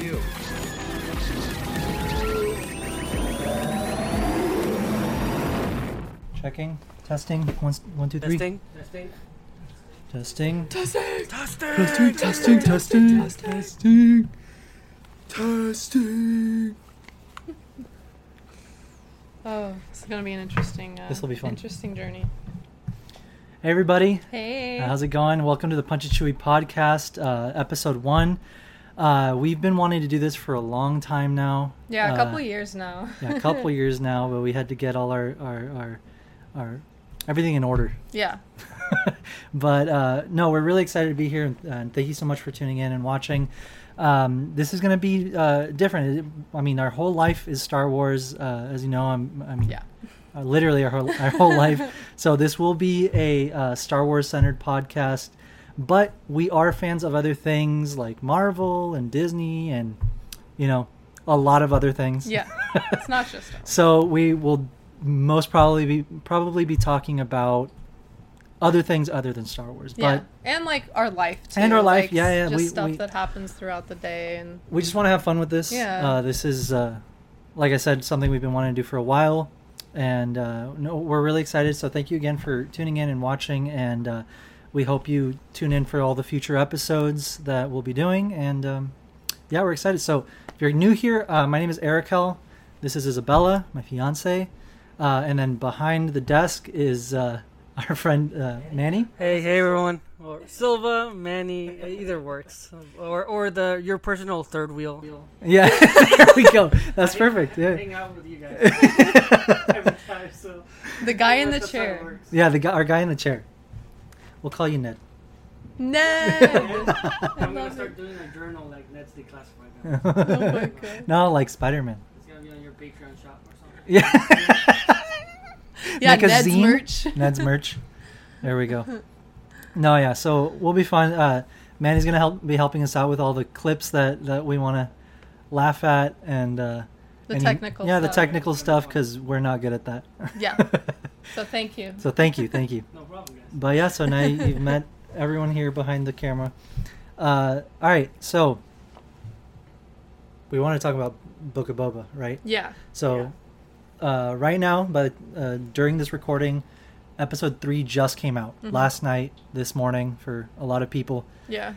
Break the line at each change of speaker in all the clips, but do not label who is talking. you?
Checking. Testing. One, one, two, three.
Testing.
Testing.
Testing.
Testing. Testing. Testing. Testing. Testing.
Oh, this is gonna be an interesting. Uh,
This'll be fun.
Interesting journey.
Hey, everybody.
Hey.
Uh, how's it going? Welcome to the Punch and Chewy podcast, uh, episode one. Uh, we've been wanting to do this for a long time now.
yeah, a
Uh,
couple years now.
yeah, a couple years now, but we had to get all our our our, our everything in order.
yeah.
but uh, no, we're really excited to be here, and, and thank you so much for tuning in and watching. Um, this is going to be uh, different. It- I mean, our whole life is Star Wars, uh, as you know. I'm, I mean,
Yeah.
uh, literally our whole, our whole life. So this will be a uh, Star Wars centered podcast, but we are fans of other things like Marvel and Disney, and you know, a lot of other things.
Yeah. it's not just. us.
So we will most probably be probably be talking about other things other than Star Wars,
Yeah.
but
and like our life too.
And our life,
like,
yeah, yeah,
Just
we-
stuff
we-
that happens throughout the day and.
we just want to have fun with this.
Yeah.
Uh, this is, uh, like I said, something we've been wanting to do for a while, and uh, no, we're really excited. So thank you again for tuning in and watching, and uh, we hope you tune in for all the future episodes that we'll be doing. And um, yeah, we're excited. So if you're new here, uh, my name is Eric Hell. This is Isabella, my fiance, uh, and then behind the desk is uh, our friend uh, Manny.
Hey, hey, everyone. Or Silva, Manny, either works. Or, or the your personal third wheel.
Yeah, there we go. That's perfect. Yeah.
out with you guys every time. So
The guy in the chair.
Yeah, the guy, our guy in the chair. We'll call you Ned.
Ned.
I'm
gonna start
doing a journal like Ned's declassified.
Oh my God.
no, like Spider Man.
It's gonna be on your Patreon shop or something.
Yeah.
yeah,
Make a
Ned's
zine.
merch.
Ned's merch. There we go. No, yeah. So we'll be fine. Uh, Manny's gonna help be helping us out with all the clips that that we want to laugh at and uh,
The
and-
technical
Yeah, the
stuff.
technical stuff because we're not good at that.
Yeah. So thank you.
so thank you, thank you.
No problem, guys.
But yeah, so now you've met everyone here behind the camera. Uh, all right, so we want to talk about Book of Boba, right?
Yeah.
So uh, right now, but uh, during this recording, episode three just came out
Mm-hmm.
last night, this morning for a lot of people.
Yeah.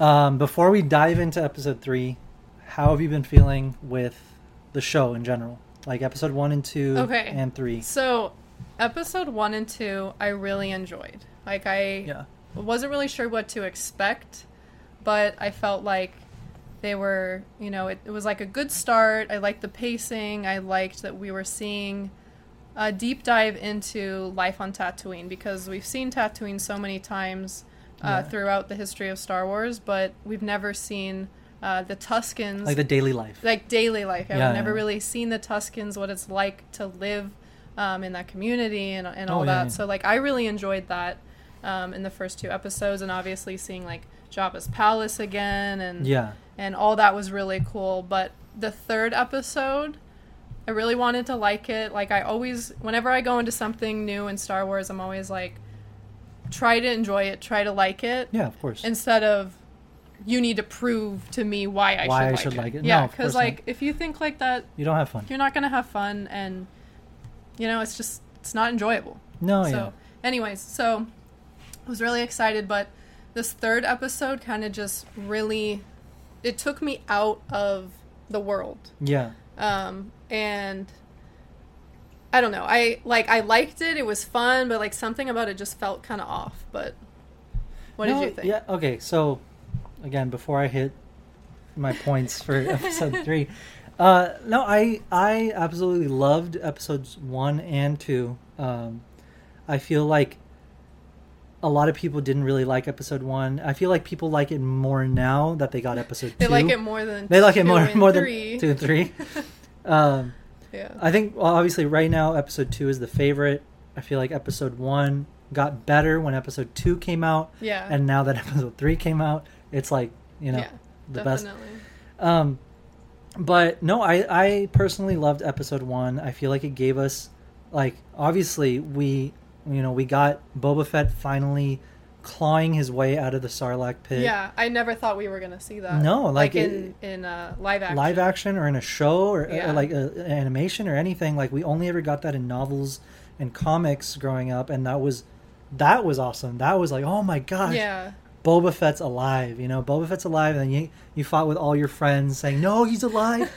Um, before we dive into episode three, how have you been feeling with the show in general? Like episode one and two
Okay.
and three.
So, episode one and two, I really enjoyed. Like, I
Yeah.
wasn't really sure what to expect, but I felt like they were, you know, it, it was like a good start. I liked the pacing. I liked that we were seeing a deep dive into life on Tatooine because we've seen Tatooine so many times uh,
Yeah.
throughout the history of Star Wars, but we've never seen uh, the Tuscans
Like the daily life.
like daily life. I've
Yeah,
never
yeah.
really seen the Tuscans, what it's like to live um, in that community and, and all
Oh, yeah,
that.
yeah.
So like I really enjoyed that um, in the first two episodes, and obviously seeing like Jabba's palace again and
yeah.
and all that was really cool. But the third episode, I really wanted to like it. Like I always, whenever I go into something new in Star Wars, I'm always like, try to enjoy it, try to like it
Yeah, of course.
instead of you need to prove to me why
Why
I should
I
like
should
it.
like it. No,
Yeah,
of
because
course not.
like if you think like that,
you don't have fun.
you're not gonna have fun, and you know it's just it's not enjoyable.
No,
so,
Oh, yeah.
anyways, so I was really excited, but this third episode kind of just really it took me out of the world
Yeah.
um, and I don't know. I like I liked it. It was fun, but like something about it just felt kind of off. But what
No,
did you think?
Yeah, okay. So, again, before I hit my points for episode three, uh, no, I I absolutely loved episodes one and two. Um, I feel like a lot of people didn't really like episode one. I feel like people like it more now that they got episode
They
two.
like it more than
They like it
two
more
and
more
three.
than two and three. um,
Yeah,
I think well, obviously right now episode two is the favorite. I feel like episode one got better when episode two came out
yeah,
and now that episode three came out, it's like you know
yeah,
the best.
definitely.
Um, but no, I I personally loved episode one. I feel like it gave us like obviously we you know we got Boba Fett finally clawing his way out of the Sarlacc pit.
Yeah, I never thought we were gonna see that.
No, like,
in in uh, live action.
Live action or in a show or, or
Yeah.
like a, an animation or anything. Like we only ever got that in novels and comics growing up, and that was that was awesome. That was like, oh my gosh,
Yeah,
Boba Fett's alive. You know, Boba Fett's alive, and you you fought with all your friends saying, no, he's alive,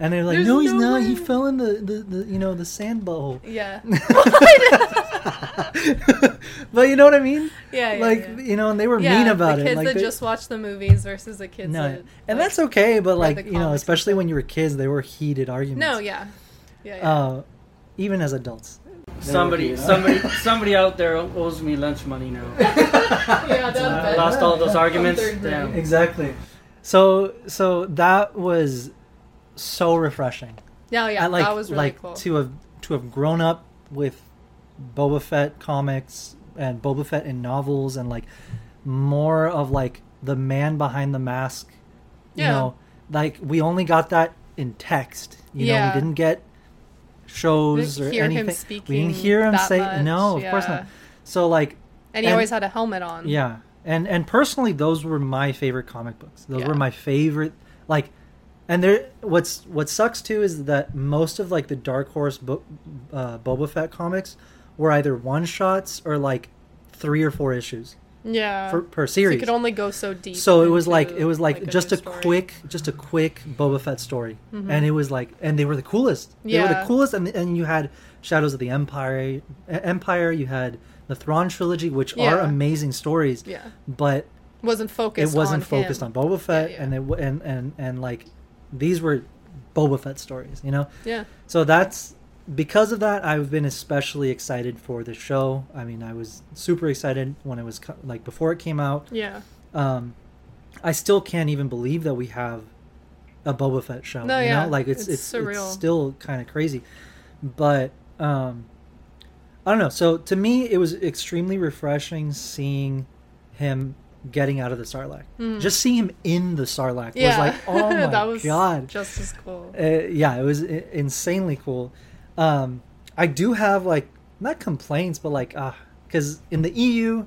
and they're like,
There's
no, he's
no
not. He
way."
fell in the, the, the you know the sand bowl.
yeah,
but you know what I mean?
yeah. yeah
like
yeah.
you know, and they were
Yeah,
mean about
the
it.
Kids
like
that
they-
just watch the movies versus the kids
no,
that.
and that's
like,
okay. But
read
like
the
you know,
comics and
especially
stuff.
when you were kids, they were heated arguments.
no, yeah, yeah. yeah.
Uh, even as adults.
Somebody, somebody, somebody out there owes me lunch money now.
yeah,
I
that,
lost all those arguments.
Third grade.
Damn.
Exactly. So so that was so refreshing.
No, yeah,
I like
that was really
like
cool.
to have to have grown up with Boba Fett comics and Boba Fett in novels and like more of like the man behind the mask. You
Yeah.
know, like we only got that in text. You know,
Yeah.
we didn't get shows
We didn't
or
hear him
anything. we
speaking
didn't hear him
that
say
much,
no, of course
yeah.
not. So like
and he
and-
always had a helmet on.
yeah, and and personally, those were my favorite comic books. Those were
Yeah.
my favorite. Like, and there, what's what sucks too is that most of like the Dark Horse bo- uh, Boba Fett comics were either one shots or like three or four issues
yeah.
for, per
so
series.
you could only go so deep.
So it was
into,
like it was like, just
new
a
story. Mm-hmm.
quick just a quick Boba Fett story, and it was like and they were the coolest. They were the
Yeah.
coolest, and and you had Shadows of the Empire, eh, Empire. You had the Thrawn trilogy, which are
Yeah.
amazing stories.
Yeah.
but
wasn't focused.
it wasn't
on
focused
him.
on Boba Fett,
Yeah, yeah.
and it w- and and and like these were Boba Fett stories, you know.
Yeah,
So that's because of that, I've been especially excited for the show. I mean, I was super excited when it was co- like before it came out.
yeah.
Um, I still can't even believe that we have a Boba Fett show.
No,
you
yeah.
know? like it's it's,
It's
it's
surreal.
still kind of crazy, but um, I don't know. So to me, it was extremely refreshing seeing him getting out of the Sarlacc. Just seeing him in the Sarlacc
Hmm. Yeah,
was like, oh my
that was
god,
just as cool.
uh, yeah, it was i- insanely cool. Um, I do have like not complaints, but like ah, because in the EU,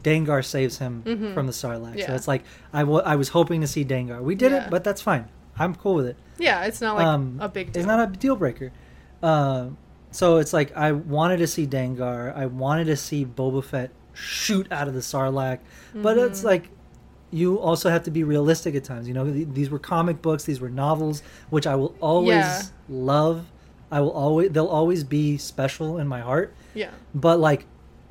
Dangar saves him from the Sarlacc. So
Mm-hmm. Yeah.
it's like I wa- I was hoping to see Dangar. We did
Yeah.
it, but that's fine. I'm cool with it.
Yeah, it's not like
um,
a big deal.
It's not a deal breaker. Uh, so it's like I wanted to see Dangar. I wanted to see Boba Fett shoot out of the Sarlacc, but
Mm-hmm.
it's like you also have to be realistic at times. You know, th- these were comic books, these were novels, which I will always
Yeah.
love. I will always they'll always be special in my heart.
yeah,
But like,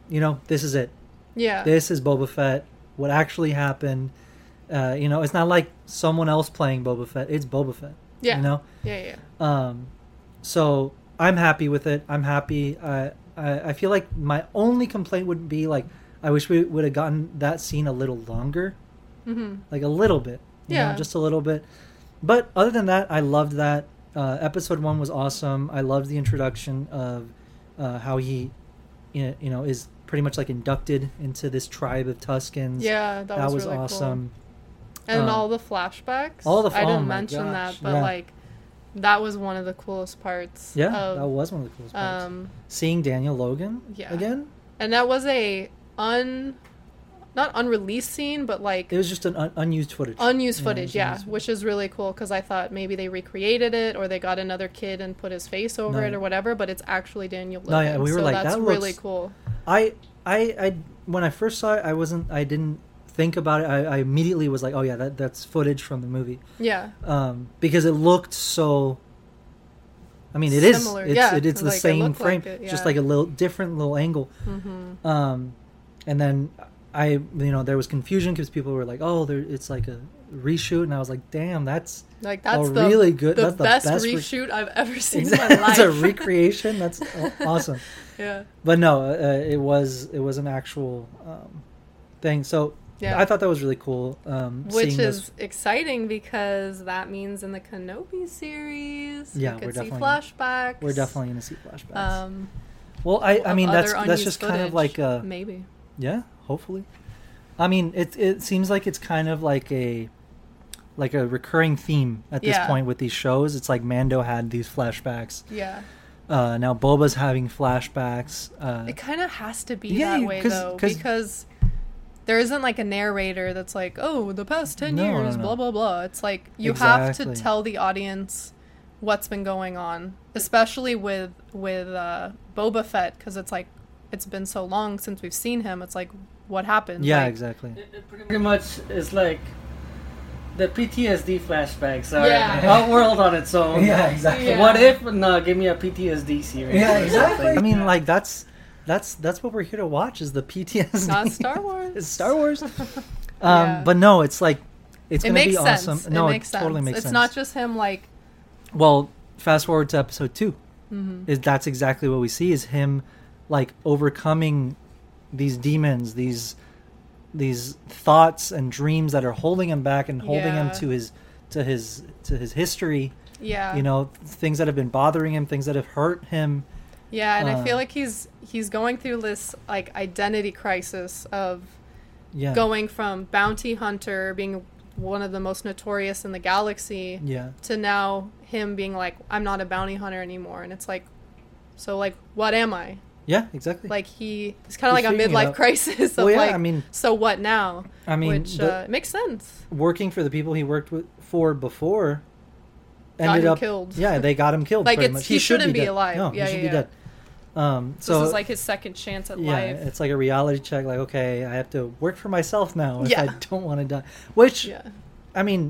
you know, this is it.
yeah,
This is Boba Fett. What actually happened? Uh, you know, it's not like someone else playing Boba Fett. It's Boba Fett.
yeah.
You know.
yeah, yeah.
Um, so I'm happy with it. I'm happy. I, I I feel like my only complaint would be like I wish we would have gotten that scene a little longer,
Mm-hmm.
like a little bit. You know,
Yeah.
just a little bit. But other than that, I loved that. Uh, episode one was awesome. I loved the introduction of uh, how he, you you know, is pretty much like inducted into this tribe of Tuscans.
Yeah, that,
that,
was,
was,
really
awesome.
Cool. And
Um,
all the flashbacks.
all the
I
oh
didn't
my
mention
gosh,
that, but
yeah.
like, that was one of the coolest parts.
Yeah,
of,
that was one of the coolest parts.
Um,
Seeing Daniel Logan
yeah.
again,
and that was a un, not unreleased scene, but like
it was just an un- unused footage.
unused
Yeah,
footage.
it
Yeah,
was
which is really cool because I thought maybe they recreated it or they got another kid and put his face over
No.
it or whatever. But it's actually Daniel. Logan,
No, yeah, we were
so
like,
that's
that
really
looks-
cool.
I, I, I, when I first saw it, I wasn't, I didn't think about it. I, I immediately was like, oh yeah, that, that's footage from the movie,
Yeah,
um, because it looked so. I mean, it is.
Similar,
It's,
yeah,
it- it's the
like, it
same
looked
frame,
like it,
just
yeah.
like a little different little angle. Mm-hmm. Um, and then I, you know, there was confusion because people were like, oh, there, it's like a reshoot, and I was like, damn, that's
like that's
a
the
Oh, really good,
the
that's the
best,
best re-
reshoot I've ever seen in my life.
that's a recreation. That's aw- awesome.
yeah,
but no, uh, it was it was an actual um, thing. So
Yeah.
I thought that was really cool. Um,
which
seeing
is
this-
exciting because that means in the Kenobi series,
Yeah,
we
we're
could see
definitely-
flashbacks.
we're definitely going to see flashbacks.
Um,
well, I I
of
mean that's
other
that's just
unused
kind of like
footage,
a
maybe.
yeah, hopefully. I mean, it it seems like it's kind of like a like a recurring theme at this
Yeah.
point with these shows. It's like Mando had these flashbacks.
Yeah,
Uh, now Boba's having flashbacks. Uh,
it kind of has to be
Yeah,
that
you-
way
'cause-
though
'cause-
because there isn't like a narrator that's like, oh, the past 10
No, no,
years,
no.
blah, blah, blah. It's like you have
Exactly.
to tell the audience what's been going on, especially with with uh, Boba Fett, because it's like, it's been so long since we've seen him. It's like, what happened?
Yeah,
Like,
exactly.
It, it pretty much is like the PTSD flashbacks are
Yeah.
a world on its own.
Yeah, exactly.
Yeah.
What if? No, give me a PTSD series.
Yeah,
or
exactly. I
something.
mean, like that's that's that's what we're here to watch is the PTSD.
Not Star Wars.
it's Star Wars. Um,
Yeah.
But no, it's like it's
It
gonna
makes
be
sense.
awesome. No,
it
it,
makes sense.
totally makes
it's
sense.
not just him like
well, fast forward to episode 2
mm-hmm.
Is that's exactly what we see is him like overcoming these demons, these these thoughts and dreams that are holding him back and holding him
Yeah.
to his to his to his history.
yeah
You know, things that have been bothering him, things that have hurt him.
yeah and i feel
uh,
like he's he's going through this like identity crisis of
Yeah.
going from bounty hunter being one of the most notorious in the galaxy
Yeah.
to now him being like i'm not a bounty hunter anymore and it's like so like what am i
Yeah, exactly.
like he it's kind of like
He's
a
figuring it
midlife
out.
crisis of
Well, yeah,
like
I mean-
so what now
I mean,
which
the-
uh, makes sense
working for the people he worked with for before
Got
ended
him
up
killed.
Yeah, they got him killed.
Like,
pretty
it's-
much.
he shouldn't be
dead.
alive.
No,
Yeah,
he should
yeah,
be dead. Um, so
this is like his second chance at
yeah,
life
it's like a reality check. Like, okay, I have to work for myself now if I
Yeah.
don't want to die. Which
yeah
I mean,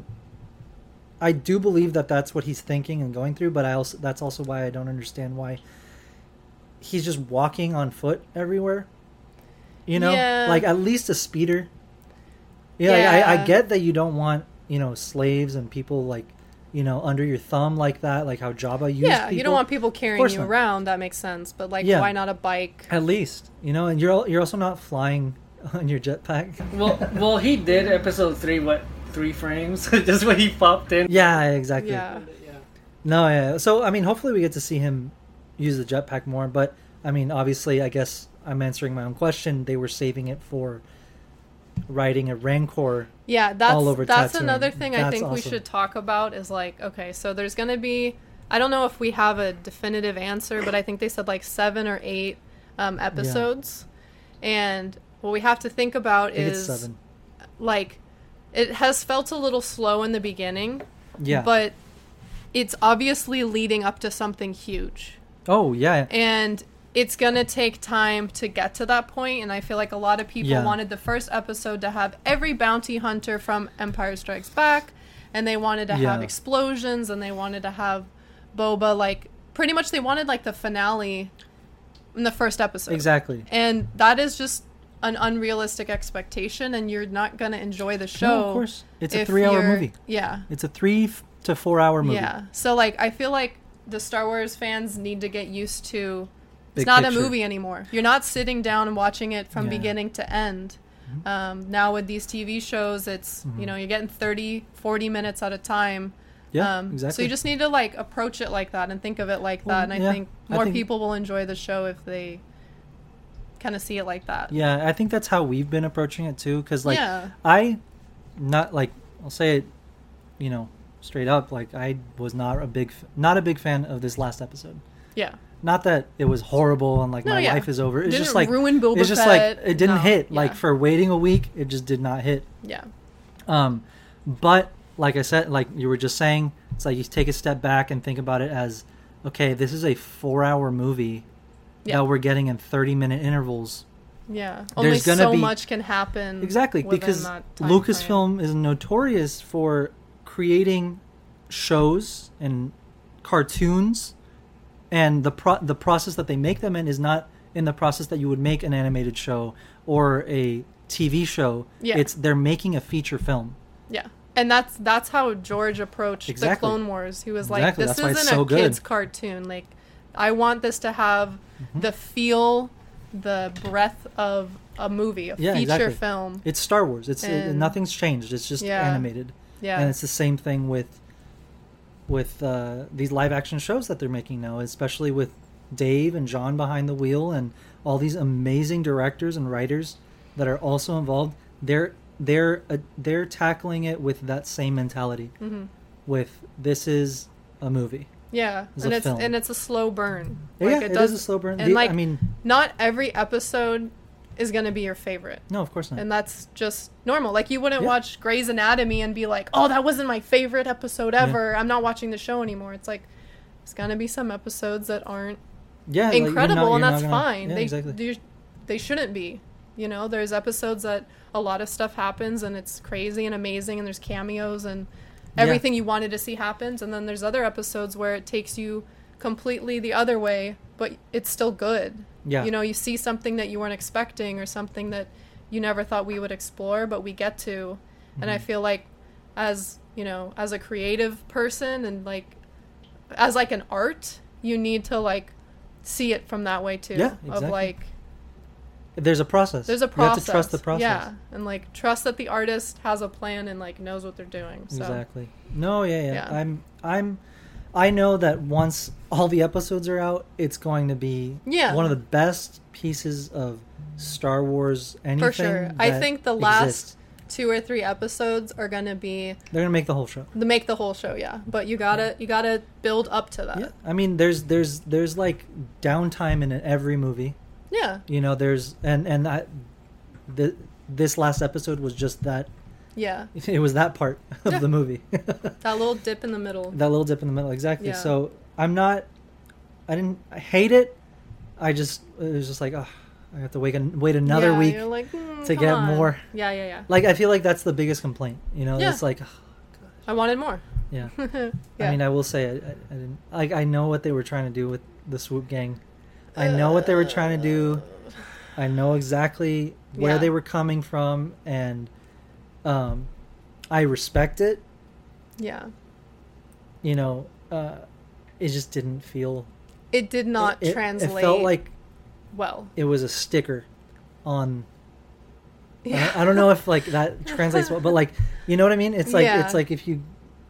I do believe that that's what he's thinking and going through. But I also that's also why I don't understand why he's just walking on foot everywhere. You know,
Yeah.
like at least a speeder. Yeah, like, I, I
Yeah.
get that you don't want you know slaves and people like you know under your thumb like that, like how Jabba used.
yeah
people.
you don't want people carrying
course
you
not.
around that makes sense but like
Yeah.
why not a bike
At least you know, and you're al- you're also not flying on your jetpack.
well, well, he did episode three. What three frames? Just when he popped in.
yeah, exactly.
yeah
Yeah.
No, yeah. So I mean, hopefully we get to see him use the jetpack more. But I mean, obviously, I guess I'm answering my own question. They were saving it for riding a Rancor.
Yeah, that's
all over
that's
Tatooine.
another thing I
That's
think we
awesome.
should talk about is like okay, so there's going to be I don't know if we have a definitive answer, but I think they said like 7 or 8 um, episodes. And what we have to think about
I think it's
is
seven.
like it has felt a little slow in the beginning,
Yeah.
but it's obviously leading up to something huge
oh yeah.
and it's gonna take time to get to that point and i feel like a lot of people
Yeah.
wanted the first episode to have every bounty hunter from empire strikes back and they wanted to have
Yeah.
explosions and they wanted to have boba like pretty much they wanted like the finale in the first episode
Exactly.
and that is just an unrealistic expectation and you're not gonna enjoy the show
No, of course. It's a
if
three-hour
you're-
movie.
yeah
It's a three f- to four-hour movie.
yeah. So like I feel like the Star Wars fans need to get used to it's
Big
not
picture.
a movie anymore. You're not sitting down and watching it from
Yeah. Mm-hmm.
beginning to end. Um, now with these TV shows, it's you know you're getting 30, 40 minutes at a time.
Yeah.
um,
exactly.
So you just need to like approach it like that and think of it like that. And I
yeah.
think
I
more
think-
people will enjoy the show if they kind of see it like that.
Yeah, I think that's how we've been approaching it too. Because like
Yeah.
I, not like I'll say it, you know, straight up. Like I was not a big, f- not a big fan of this last episode.
Yeah.
Not that it was horrible and like
No,
my
yeah.
life is over. It's
Didn't
just like
ruin Boba
it's just
Fett.
like it didn't
No,
hit.
yeah.
Like for waiting a week, it just did not hit.
Yeah.
Um, but like I said, like you were just saying, it's like you take a step back and think about it as, okay, this is a four-hour movie
Yeah.
that we're getting in thirty-minute intervals.
Yeah. Only
There's gonna
so
be-
much can happen.
Exactly,
within
because
that time frame.
Lucasfilm is notorious for creating shows and cartoons, and the pro- the process that they make them in is not in the process that you would make an animated show or a TV show.
Yeah.
It's they're making a feature film.
Yeah. And that's that's how George approached the
Exactly.
Clone Wars. He was like,
Exactly,
"This
that's why it's
isn't
so
a
good."
kids' cartoon. Like, I want this to have
Mm-hmm.
the feel, the breadth of a movie, a
Yeah,
feature
exactly.
film."
It's Star Wars. It's it,
And-
nothing's changed. It's just
Yeah.
animated,
Yeah,
and it's the same thing with with uh, these live action shows that they're making now, especially with Dave and John behind the wheel and all these amazing directors and writers that are also involved. They're they're uh, they're tackling it with that same mentality. With this is a movie.
Mm-hmm. yeah,
it's a
and it's
film.
and it's a slow burn.
yeah, it is a slow burn.
And
The-
like,
I mean,
not every episode is going to be your favorite.
No, of course not.
And that's just normal. Like you wouldn't
Yeah.
watch Grey's Anatomy and be like, "Oh, that wasn't my favorite episode ever. I'm not watching the show anymore." It's like there's going to be some episodes that aren't
yeah, like, you're not-
incredible
you're
and
not
that's
gonna-
fine.
Yeah,
they
exactly.
do, they shouldn't be. You know, there's episodes that a lot of stuff happens and it's crazy and amazing and there's cameos and
Yeah.
everything you wanted to see happens and then there's other episodes where it takes you completely the other way, but it's still good.
Yeah.
You know, you see something that you weren't expecting or something that you never thought we would explore, but we get to. And I
Mm-hmm.
feel like as, you know, as a creative person and like as like an art, you need to like see it from that way too.
Yeah,
Of
exactly.
like
There's a process.
there's a process.
You have to trust the process.
Yeah. And like trust that the artist has a plan and like knows what they're doing. So
Exactly. No, yeah, yeah,
Yeah.
I'm I'm I know that once all the episodes are out, it's going to be
Yeah.
one of the best pieces of Star Wars anything.
for sure. I
that
think the last
exists.
two or three episodes are gonna be
they're gonna make the whole show.
the make the whole show, yeah. But you gotta you gotta build up to that.
Yeah. I mean there's there's there's like downtime in every movie.
Yeah.
You know, there's and and I the this last episode was just that
Yeah.
it was that part of
Yeah.
the movie.
That little dip in the middle.
that little dip in the middle exactly
Yeah.
so i'm not i didn't I hate it i just it was just like oh, i have to wait, an, wait another
Yeah,
week
you're like, "Mm,
to
come
get
on."
more.
Yeah, yeah, yeah.
like i feel like that's the biggest complaint you know
Yeah.
it's like
I wanted more.
yeah.
yeah.
i mean i will say I, I, I didn't like i know what they were trying to do with the swoop gang i know what they were trying to do i know exactly where
Yeah.
they were coming from and um i respect it
yeah.
you know uh it just didn't feel
It did not
it- it-
translate
it felt like
well.
it was a sticker on I, I don't know if like that translates well but like you know what i mean it's like
Yeah.
it's like if you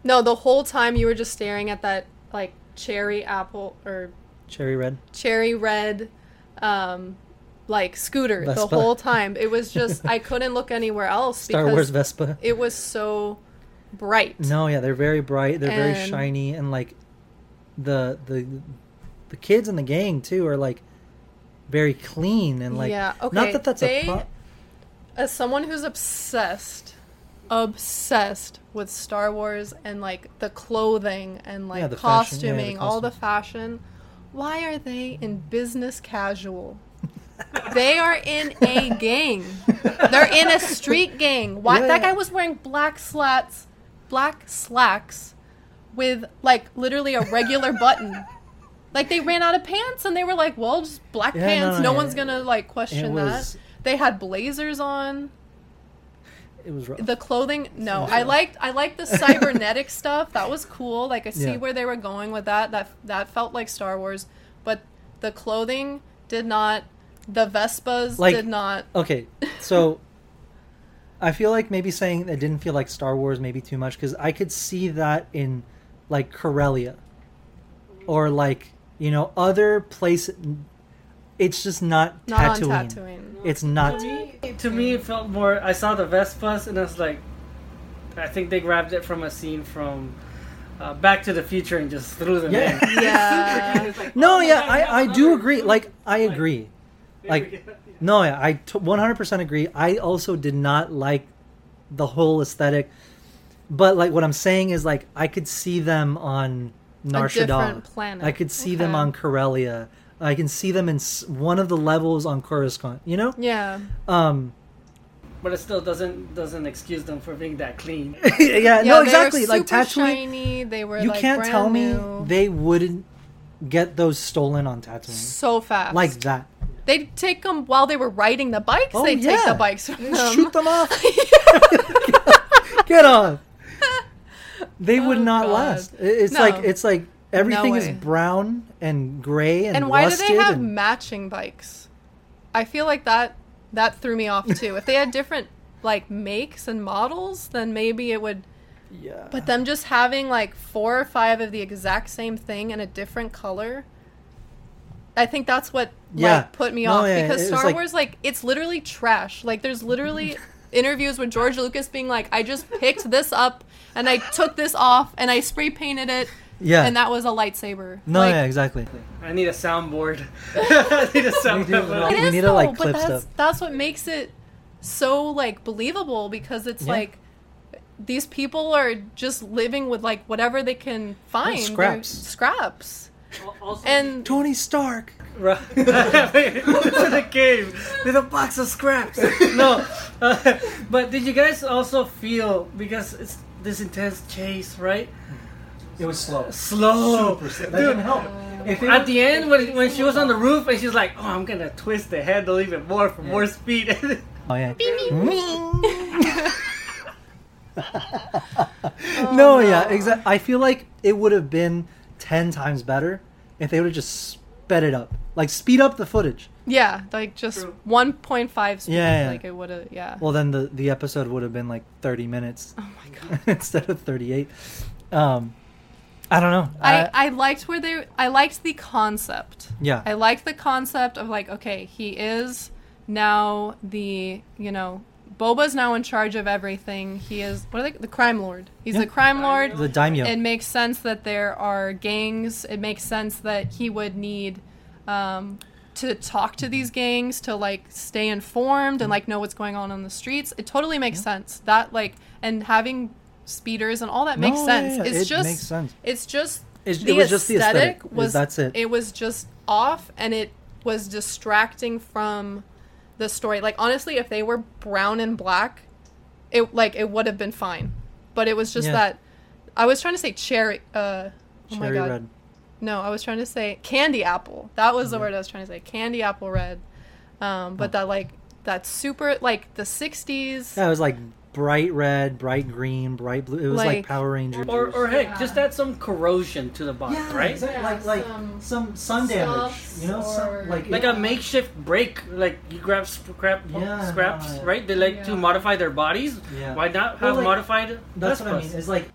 No, the whole time you were just staring at that like cherry apple or
cherry red
cherry red um like scooter the
Vespa.
whole time. It was just I couldn't look anywhere else
star
because
wars vespa
it was so bright.
no yeah they're very bright they're very
And-
shiny and like the the the kids in the gang too are like very clean and like
Yeah,
not
okay,
that that's
they-
a pro-
as someone who's obsessed obsessed with Star Wars and like the clothing and like
Yeah, the fashion- yeah, the
costuming, all the fashion, why are they in business casual? they are in a gang. They're in a street gang. Why
Yeah,
that
yeah.
guy was wearing black slats, black slacks with like literally a regular button. Like they ran out of pants and they were like, "Well, just black
Yeah, no,
pants.
no,
No,
yeah,
one's gonna like question
was-
that." They had blazers on
it was rough
the clothing no i liked i liked the cybernetic stuff that was cool like i see
Yeah.
where they were going with that that that felt like star wars but the clothing did not the vespas
Like-
did not
okay so i feel like maybe saying that didn't feel like star wars maybe too much because i could see that in like corellia or like you know other place it's just not,
not on
Tatooine.
Tatooine.
it's not
To me, to me, it felt more. I saw the Vespas, and I was like, I think they grabbed it from a scene from uh, Back to the Future and just threw them
Yeah.
in. Oh
yeah
no yeah Uh, i, I do agree like i agree like no yeah i t- 100% agree i also did not like the whole aesthetic but like what i'm saying is like i could see them on
a
Nar Shaddaa.
different planet
I could see them
Okay.
on Corellia. I can see them in s- one of the levels on Coruscant. You know,
yeah
um,
but it still doesn't doesn't excuse them for being that clean.
yeah,
yeah
no,
they
exactly.
were
Like
super
Tatooine,
shiny they were
you
like,
can't
brand
tell
new.
me they wouldn't get those stolen on Tatooine
so fast
like that.
they'd take them while they were riding the bikes
Oh,
they'd take
yeah.
the bikes from them
Shoot them off. Get off. They would
Oh,
not
God.
last. I- It's
No.
like it's like everything is
way.
brown and gray and,
And why do
rusted.
they have
and-
matching bikes? I feel like that that threw me off too. if they had different like makes and models, then maybe it would.
yeah.
But them just having like four or five of the exact same thing in a different color, I think that's what
Yeah.
like put me
No,
off
yeah,
because
it was
Star
like-
Wars like it's literally trash. Like there's literally interviews with George Lucas being like, "I just picked this up and I took this off and I spray painted it."
Yeah.
and that was a lightsaber.
no,
Like,
yeah, exactly.
I need a soundboard. I need a soundboard.
We
It is
need to,
though,
like,
but
clip
that's
stuff.
that's what makes it so like believable because it's
Yeah.
like these people are just living with like whatever they can find. They're
scraps.
Scraps.
Also,
And
Tony Stark.
Right. to the cave with a box of scraps. No, uh, but did you guys also feel because it's this intense chase, right?
It was slow.
Slow.
That
Dude,
help. If it
At
was-
the end, when, when she was on the roof and she's like, "Oh, I'm gonna twist the handle even more for more speed."
oh yeah. no,
Oh, no.
yeah, exactly. I feel like it would have been ten times better if they would have just sped it up, like speed up the footage.
yeah, like just
True.
1.5 speed.
Yeah, yeah.
Like it would have, yeah.
Well, then the the episode would have been like thirty minutes
oh my god.
instead of thirty eight. Um, I don't know.
I, I liked where they I liked the concept.
yeah.
I liked the concept of like, okay, he is now the you know Boba's now in charge of everything. He is what are they the crime lord. He's
Yeah.
the crime
Crime
lord.
the daimyo.
It makes sense that there are gangs. It makes sense that he would need um, to talk to these gangs to like stay informed and like know what's going on on the streets. It totally makes sense. That like and having speeders and all that
No,
makes sense.
yeah, yeah,
It's
it
just
makes sense.
it's just
It's-
the
it was just the
aesthetic
aesthetic. It-
was
that's it.
It was just off, and it was distracting from the story. Like honestly, if they were brown and black, it like it would have been fine. But it was just
Yeah.
that I was trying to say cherry. Uh, oh my
Cherry
god.
red.
No, I was trying to say candy apple. That was the word I was trying to say. Candy apple red. Um,
Oh.
but that like that super like the '60s.
Yeah, it was like bright red, bright green, bright blue. It was like,
Like-
Power Rangers.
or, or heck, just add some corrosion to the box, right?
exactly.
Yeah,
Like like
some
some, sun damage.
scuffs
You know,
or-
some, like
Like
it-
a makeshift break, like you grab sp- crap,
Yeah.
scraps, right? They like to
Yeah.
modify their bodies.
Yeah.
Why not have
Well, like,
modified?
That's what I mean. It's like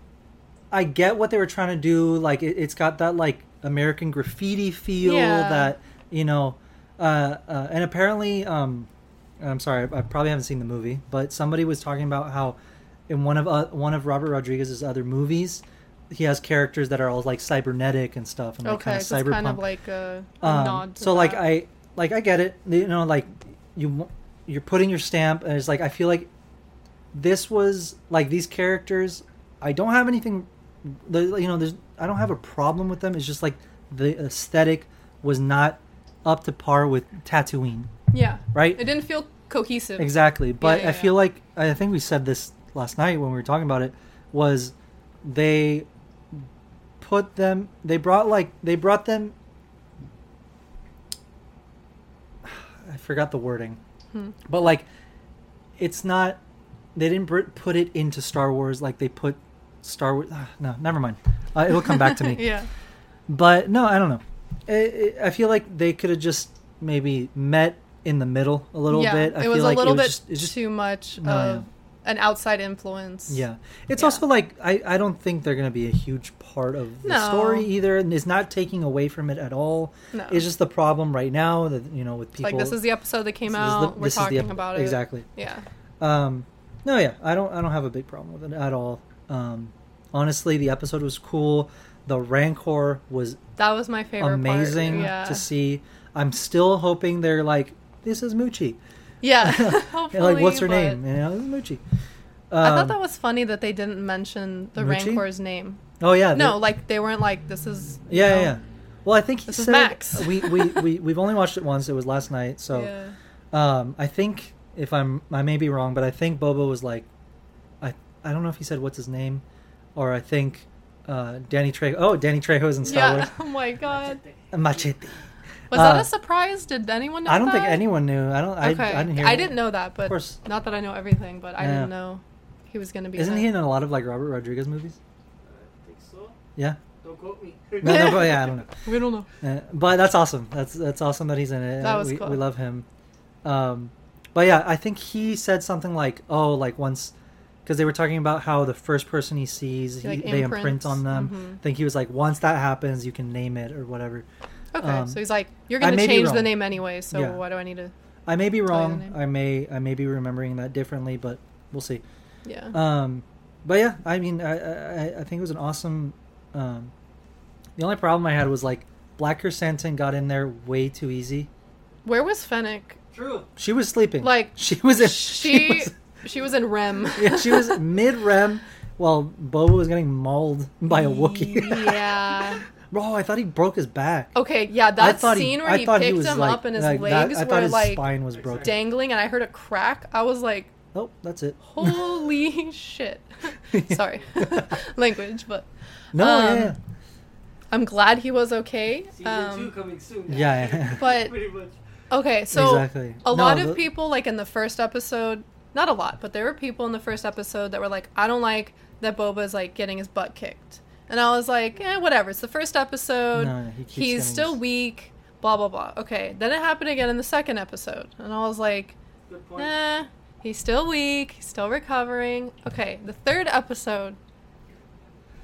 I get what they were trying to do. Like it, it's got that like American graffiti feel
Yeah.
that you know, uh, uh, and apparently, um, I'm sorry, I probably haven't seen the movie, but somebody was talking about how in one of uh, one of Robert Rodriguez's other movies, he has characters that are all like cybernetic and stuff, and like
okay,
kind of
so it's
cyberpunk.
kind of like a, a
Um,
nod. To
so like
that.
I like I get it. You know, like you w- you're putting your stamp, and it's like I feel like this was like these characters. I don't have anything. the- You know, there's I don't have a problem with them. It's just like the aesthetic was not up to par with Tatooine,
yeah,
right?
it didn't feel cohesive.
Exactly. But
yeah,
I
yeah.
feel like I think we said this last night when we were talking about it was they put them they brought like they brought them I forgot the wording.
Hmm.
But like it's not they didn't br- put it into Star Wars like they put Star Wars ah, no, never mind. Uh, it'll come back to me.
yeah.
But no, I don't know. I I I feel like they could have just maybe met in the middle a little
yeah,
bit. I
it
feel
was
like
a little
it was
bit
just, it's just
too much
No,
of an outside influence.
yeah. It's
yeah.
also like I I don't think they're gonna be a huge part of the
No.
story either, and it's not taking away from it at all.
No.
It's just the problem right now that you know with people.
like this is the episode that came
this is
out.
the-
We're
this is the
talking
ep-
about it.
exactly.
Yeah.
Um, no, yeah, I don't I don't have a big problem with it at all. Um, honestly, the episode was cool. The Rancor was
That was my favorite.
amazing
Part. Yeah.
to see. I'm still hoping they're like, this is Moochie.
Yeah.
And, like, what's her
hopefully,
name? You know, this is Moochie. Um,
but I thought that was funny that they didn't mention the
Moochie?
Rancor's name.
Oh yeah. the-
No, like they weren't like this is. you
yeah,
know,
yeah, yeah. Well, I think he
This is
said
Max.
we, we we we've only watched it once. It was last night, so
yeah.
um, I think if I'm I may be wrong, but I think Boba was like, I I don't know if he said what's his name, or I think uh, Danny Trejo. Oh, Danny Trejo's in Star
Yeah.
Wars.
Oh my god.
Machete.
Was
Uh,
that a surprise? Did anyone know?
I don't think
that?
anyone knew. I don't.
Okay.
I, I didn't hear.
know that, but
course.
not that I know everything, but I
Yeah.
didn't know he was going to be.
Isn't
in
he
it.
in a lot of like Robert Rodriguez movies?
think so.
Yeah.
Don't quote me.
No, no, but yeah, I don't know.
We don't know.
Uh, but that's awesome. That's that's awesome that he's in it.
That
Uh,
was
we,
cool.
we love him. Um, but yeah, I think he said something like, "Oh, like once," because they were talking about how the first person he sees, he,
Like
they imprint
imprints. Mm-hmm.
on them. I think he was like, "Once that happens, you can name it or whatever."
Okay,
Um,
so he's like, "You're
I
going
may
to
be
change the
wrong.
name anyway, so
Yeah.
why do I need to?"
I may be
you the
wrong.
name.
I may I may be remembering that differently, but we'll see.
Yeah,
Um, but yeah, I mean, I, I I- I think it was an awesome um, The only problem I had was like Black Chrysanthemum got in there way too easy.
Where was Fennec?
True.
She was sleeping.
Like,
she was in,
She
was,
she was in E REM.
yeah, she was mid REM while Boba was getting mauled by a Wookiee.
yeah.
Bro, I thought he broke his back.
Okay, yeah,
I
that
thought
scene
he,
where
I
he
thought
picked
was
him
like,
up and his
like, that-
legs
I thought
were
his
like
spine was broken.
dangling and I heard a crack. I was like,
Oh, that's it.
holy shit. Sorry. Language, but
No,
Um,
yeah,
I'm glad he was okay.
Season two
Um,
coming soon.
yeah, yeah.
but
Pretty much.
okay, so
exactly.
a
No,
lot of
the-
people like in the first episode not a lot but there were people in the first episode that were like i don't like that boba's like getting his butt kicked and i was like eh, whatever it's the first episode
No, no, he keeps
he's
getting
still
his-
weak blah blah blah okay then it happened again in the second episode and i was like
Good point.
nah he's still weak he's still recovering okay the third episode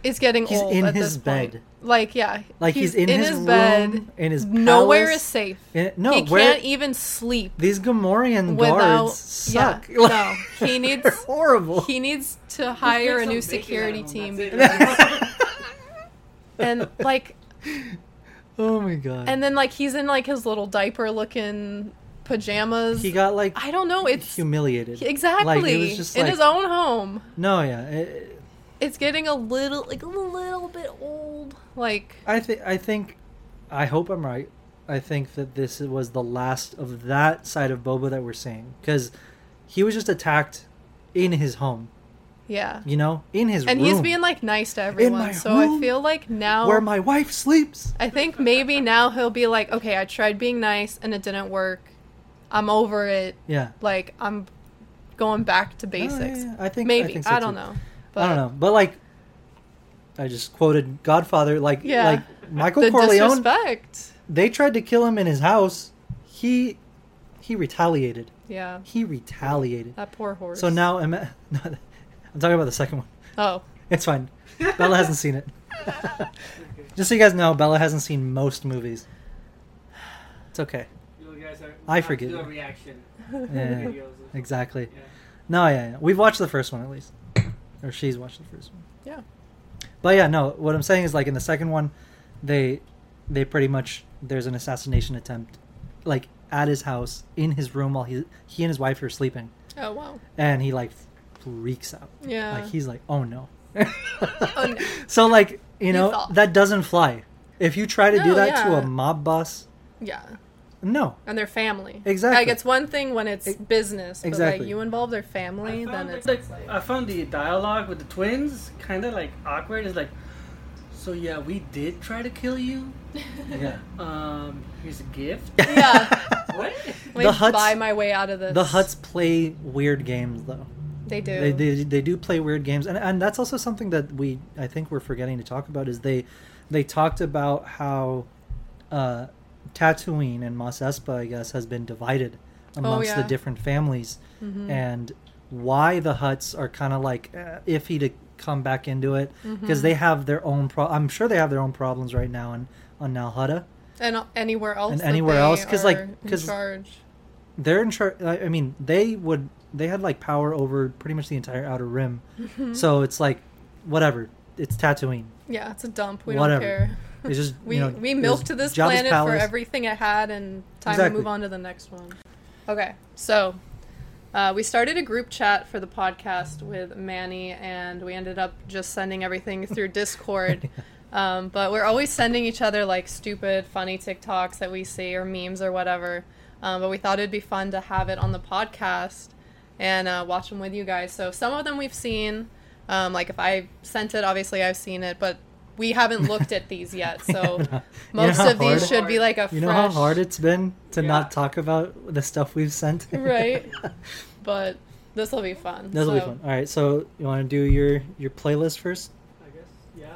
is getting
He's
old
in
at
his
this point.
bed.
like yeah
Like he's, in, his, room, in his
nowhere
palace.
is safe
In- no,
he
where
can't even sleep
these Gamorrean
without
guards suck.
Yeah, no, he
They're
needs
horrible.
he needs to hire a
Make
new
some bacon
security
out of
team
him, that's it.
oh
and like
Oh my god.
and then like he's in like his little diaper looking pajamas.
he got like
I don't know. It's
humiliated.
exactly
Like, it was just
in
like-
his own home.
No, yeah. it-
It's getting a little like a little bit old. Like
I think I think I hope I'm right. I think that this was the last of that side of Boba that we're seeing because he was just attacked in his home.
yeah.
You know, in his
And
room
he's being like "Oh." nice to everyone.
my
so I
room?
feel like now
where my wife sleeps.
I think maybe now he'll be like, okay, I tried being nice and it didn't work. I'm over it.
Yeah.
like I'm going back to
No, Oh, yeah,
basics.
yeah, I think
Maybe I,
I, think so
don't
too.
know.
I don't know, but like, I just quoted Godfather. Like,
Yeah.
like Michael
The
Corleone.
disrespect.
They tried to kill him in his house. He he retaliated.
Yeah,
He retaliated.
that poor horse.
So now I'm, I'm talking about the second one.
oh,
It's fine. Bella hasn't seen it. Just so you guys know, Bella hasn't seen most movies. It's okay.
You guys are,
I forgive
Do a
you.
reaction.
Yeah,
videos and stuff.
exactly.
Yeah.
No, yeah, yeah. We've watched the first one at least, or she's watched the first one.
yeah,
But yeah, no. What I'm saying is, like in the second one, they they pretty much there's an assassination attempt, like at his house in his room while he he and his wife are sleeping,
oh wow,
and he like freaks out.
yeah.
Like he's like, oh no.
Oh, no.
So like you know
thought.
that doesn't fly. If you try to do
No,
that to
yeah.
a mob boss,
yeah,
no.
and their family.
Exactly.
Like it's one thing when it's
E-
business, but
exactly.
like you involve their
I
family, then
found,
it's
like, like, uh, I found the dialogue with the twins kind of like awkward. It's like, so yeah, we did try to kill you.
Yeah.
Um, here's a gift.
Yeah.
what?
Wait,
The Hutts-
buy my way out of this.
the Huts play weird games though.
They do.
They, they they do play weird games, and and that's also something that we I think we're forgetting to talk about is they they talked about how uh, Tatooine and Mos Espa I guess has been divided amongst the
Oh, yeah. Mm-hmm.
different families, and why the Huts are kind of like uh, iffy to come back into it
Mm-hmm.
because they have their own pro. I'm sure they have their own problems right now on on Nalhutta.
and uh, anywhere else.
And
that
anywhere
they
else, 'cause, like,
are in
'cause-
charge.
they're in charge. I I mean, they would. They had like power over pretty much the entire outer rim. So it's like, whatever. It's Tatooine.
Yeah, it's a dump. We
Whatever.
don't care.
It's just
We
you know,
we
it was
milked this
Jabba's
planet for
palace.
everything it had, and time to
Exactly.
move on to the next one. Okay, so uh, we started a group chat for the podcast with Manny, and we ended up just sending everything through Discord. Um, but we're always sending each other like stupid, funny TikToks that we see or memes or whatever. Um, but we thought it'd be fun to have it on the podcast and uh, watch them with you guys. So some of them we've seen. Um, like if I sent it, obviously I've seen it, but we haven't looked at these yet. So
You know
most
how
of these
hard-
should be like a
You know
fresh,
how hard it's been to
Yeah.
not talk about the stuff we've sent.
right? But this will be fun.
This will be
So-
fun. All right, so you want to do your your playlist first?
I guess. Yeah.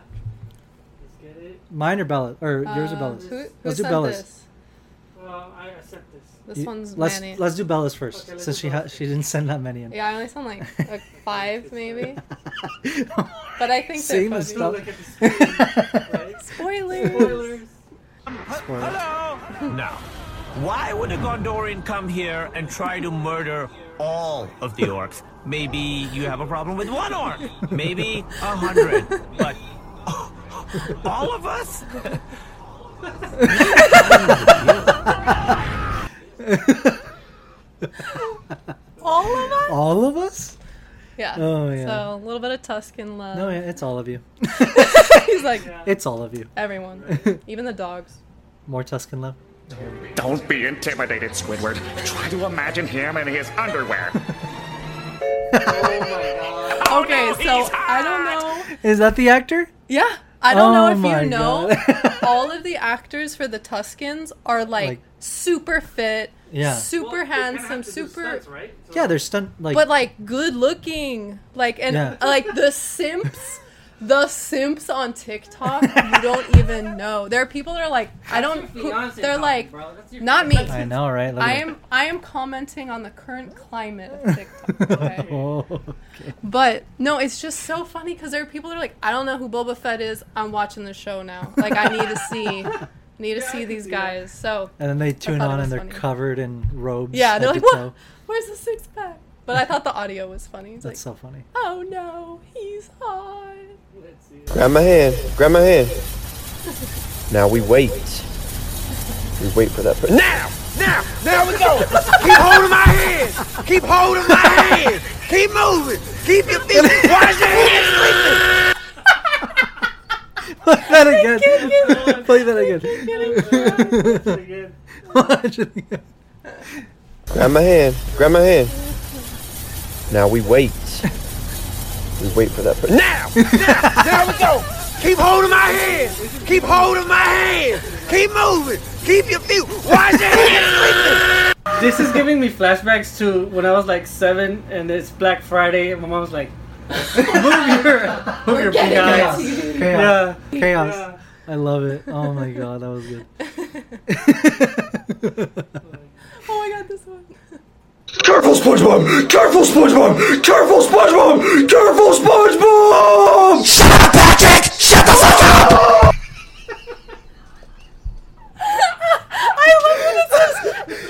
Let's get it.
Mine or Bella or yours or
Um,
Bella's?
Who, who
Let's do
sent
Bella's.
this?
Well, I accept this.
This
You-
one's
let's
Manny.
let's do Bella's first
Okay, let's
since
do
she ha-
Bella's
she didn't send that many in.
Yeah, I only sound like a five, maybe.
but
But I think they're
Same as
funny.
stuff.
Look at the screen, right?
Spoilers.
Spoilers.
Hello! Now, why would a Gondorian come here and try to murder all of the orcs? Maybe you have a problem with one orc, maybe a hundred, but All of us?
All of us?
All of us?
Yeah.
Oh, yeah.
So a little bit of Tuscan love.
No, yeah, it's all of you.
He's like
It's all of you.
everyone, even the dogs.
More Tuscan love.
Don't be intimidated, Squidward. Try to imagine him in his underwear.
Oh,
Okay, so I don't know.
Is that the actor?
Yeah, I don't know
Oh
if
my
you know.
God.
all of the actors for the Tuscans are like,
Like-
super fit,
Yeah.
super handsome, super
right?
Yeah, they're stunt like
but like good looking like and
Yeah.
like the simps the simps on tiktok you don't even know there are people that are like i don't they're like not me
I know, right? Look
i
at
am i am commenting on the current climate of tiktok
it.
okay
Oh.
but no it's just so funny because there are people that are like i don't know who boba fett is i'm watching the show now like i need to see need to see these guys so
And then they tune
thought it
on
was
and they're
funny.
covered in robes.
yeah they're
head
like
to
what
toe.
where's the six-pack but i thought the audio was funny it's like
That's so funny.
Oh no, he's hot.
Grab my hand. Grab my hand. Now we wait. We wait for that person. Now! Now! There we go! Keep holding my hand! Keep holding my hand! Keep moving! Keep your feet! Why is your hand sleeping?
that again. Play that again. Watch it again.
Grab my hand. Grab my hand. Now we wait. We wait for that person. Now! Now! There we go! Keep holding my hand! Keep holding my hand! Keep moving! Keep your feet! Why is your hand sleeping?
This is giving me flashbacks to when I was like seven and it's Black Friday and my mom was like, move your, Uh, move your big eyes.
Chaos.
Yeah.
Chaos.
Yeah.
I love it. Oh my god, that was good.
Oh my god, this one.
Careful, SpongeBob! Careful, SpongeBob! Careful, SpongeBob! Careful, SpongeBob! Shut up, Patrick! Shut the fuck up!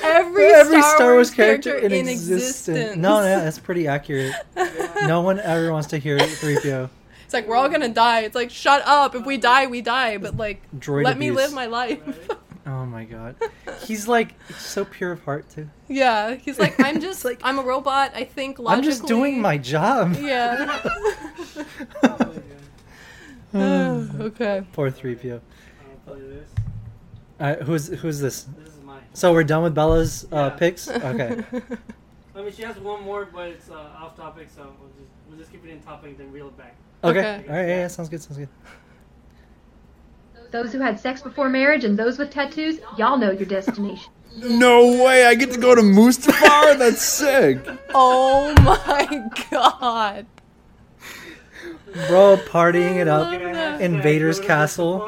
Every,
Every
Star, Wars character, in,
existence.
existence.
No, no, that's pretty accurate. no one ever wants to hear 3PO.
It's like we're all gonna die. It's like shut up. If we die, we die. But like,
Droid
let me
abuse.
live my life.
Oh my god. He's like so pure of heart too.
yeah, he's like, I'm just like, I'm a robot. I think logically.
I'm just doing my job.
Yeah. okay.
Poor 3PO. Alright, who's who's this? So we're done with Bella's uh,
Yeah.
picks? Okay.
I mean, she has one more, but it's uh, off topic, so we'll just, we'll just keep it in topic, then reel it back.
Okay.
Okay.
Alright, yeah, yeah, sounds good, sounds good.
Those who had sex before marriage and those with tattoos, y'all know your destination.
No way! I get to go to Mustafar. That's sick.
Oh my god.
Bro partying it up.
Love that.
Invader's
Go to
Castle.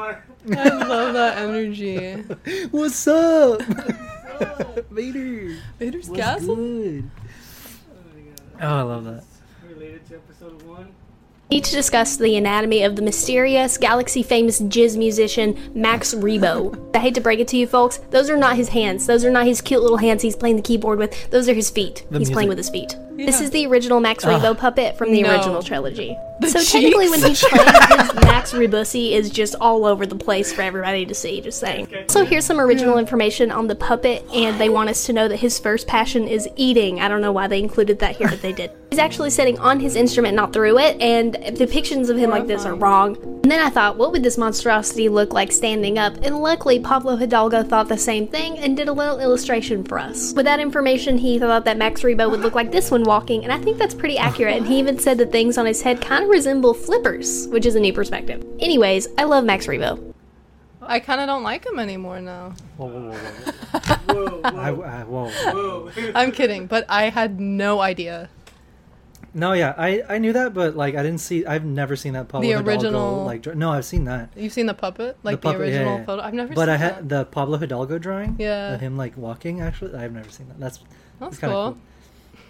Mustafar.
I love that energy.
What's up? Vader.
Vader's
What's
castle.
good? Oh, I love that.
Related to episode one.
need to discuss the anatomy of the mysterious, galaxy famous jizz musician Max Rebo. I hate to break it to you folks, those are not his hands. Those are not his cute little hands he's playing the keyboard with. Those are his feet. he's
music.
playing with his feet. This is the original Max Rebo puppet from the
No.
original trilogy. so
cheeks?
technically when he's playing his Max Rebussy is just all over the place for everybody to see, just saying. So here's some original information on the puppet and they want us to know that his first passion is eating. I don't know why they included that here, but they did. He's actually sitting on his instrument, not through it, and depictions of him like this are wrong. And then I thought, what would this monstrosity look like standing up? And luckily, Pablo Hidalgo thought the same thing and did a little illustration for us. With that information, he thought that Max Rebo would look like this when walking, and I think that's pretty accurate. And he even said the things on his head kind of resemble flippers, which is a neat perspective. Anyways, I love Max Rebo.
I kind of don't like him anymore now.
Whoa, whoa, whoa, whoa. I, I, whoa.
I'm kidding, but I had no idea.
No, yeah, I, I knew that, but like I didn't see. I've never seen that Pablo
The
Hidalgo,
original-
like dra- no, I've seen that.
You've seen the puppet, like the,
puppet- yeah,
original
yeah.
photo. I've never.
But
seen
I
that.
had the Pablo Hidalgo drawing.
Yeah.
Of him like walking. Actually, I've never seen that. That's
That's
kinda
cool.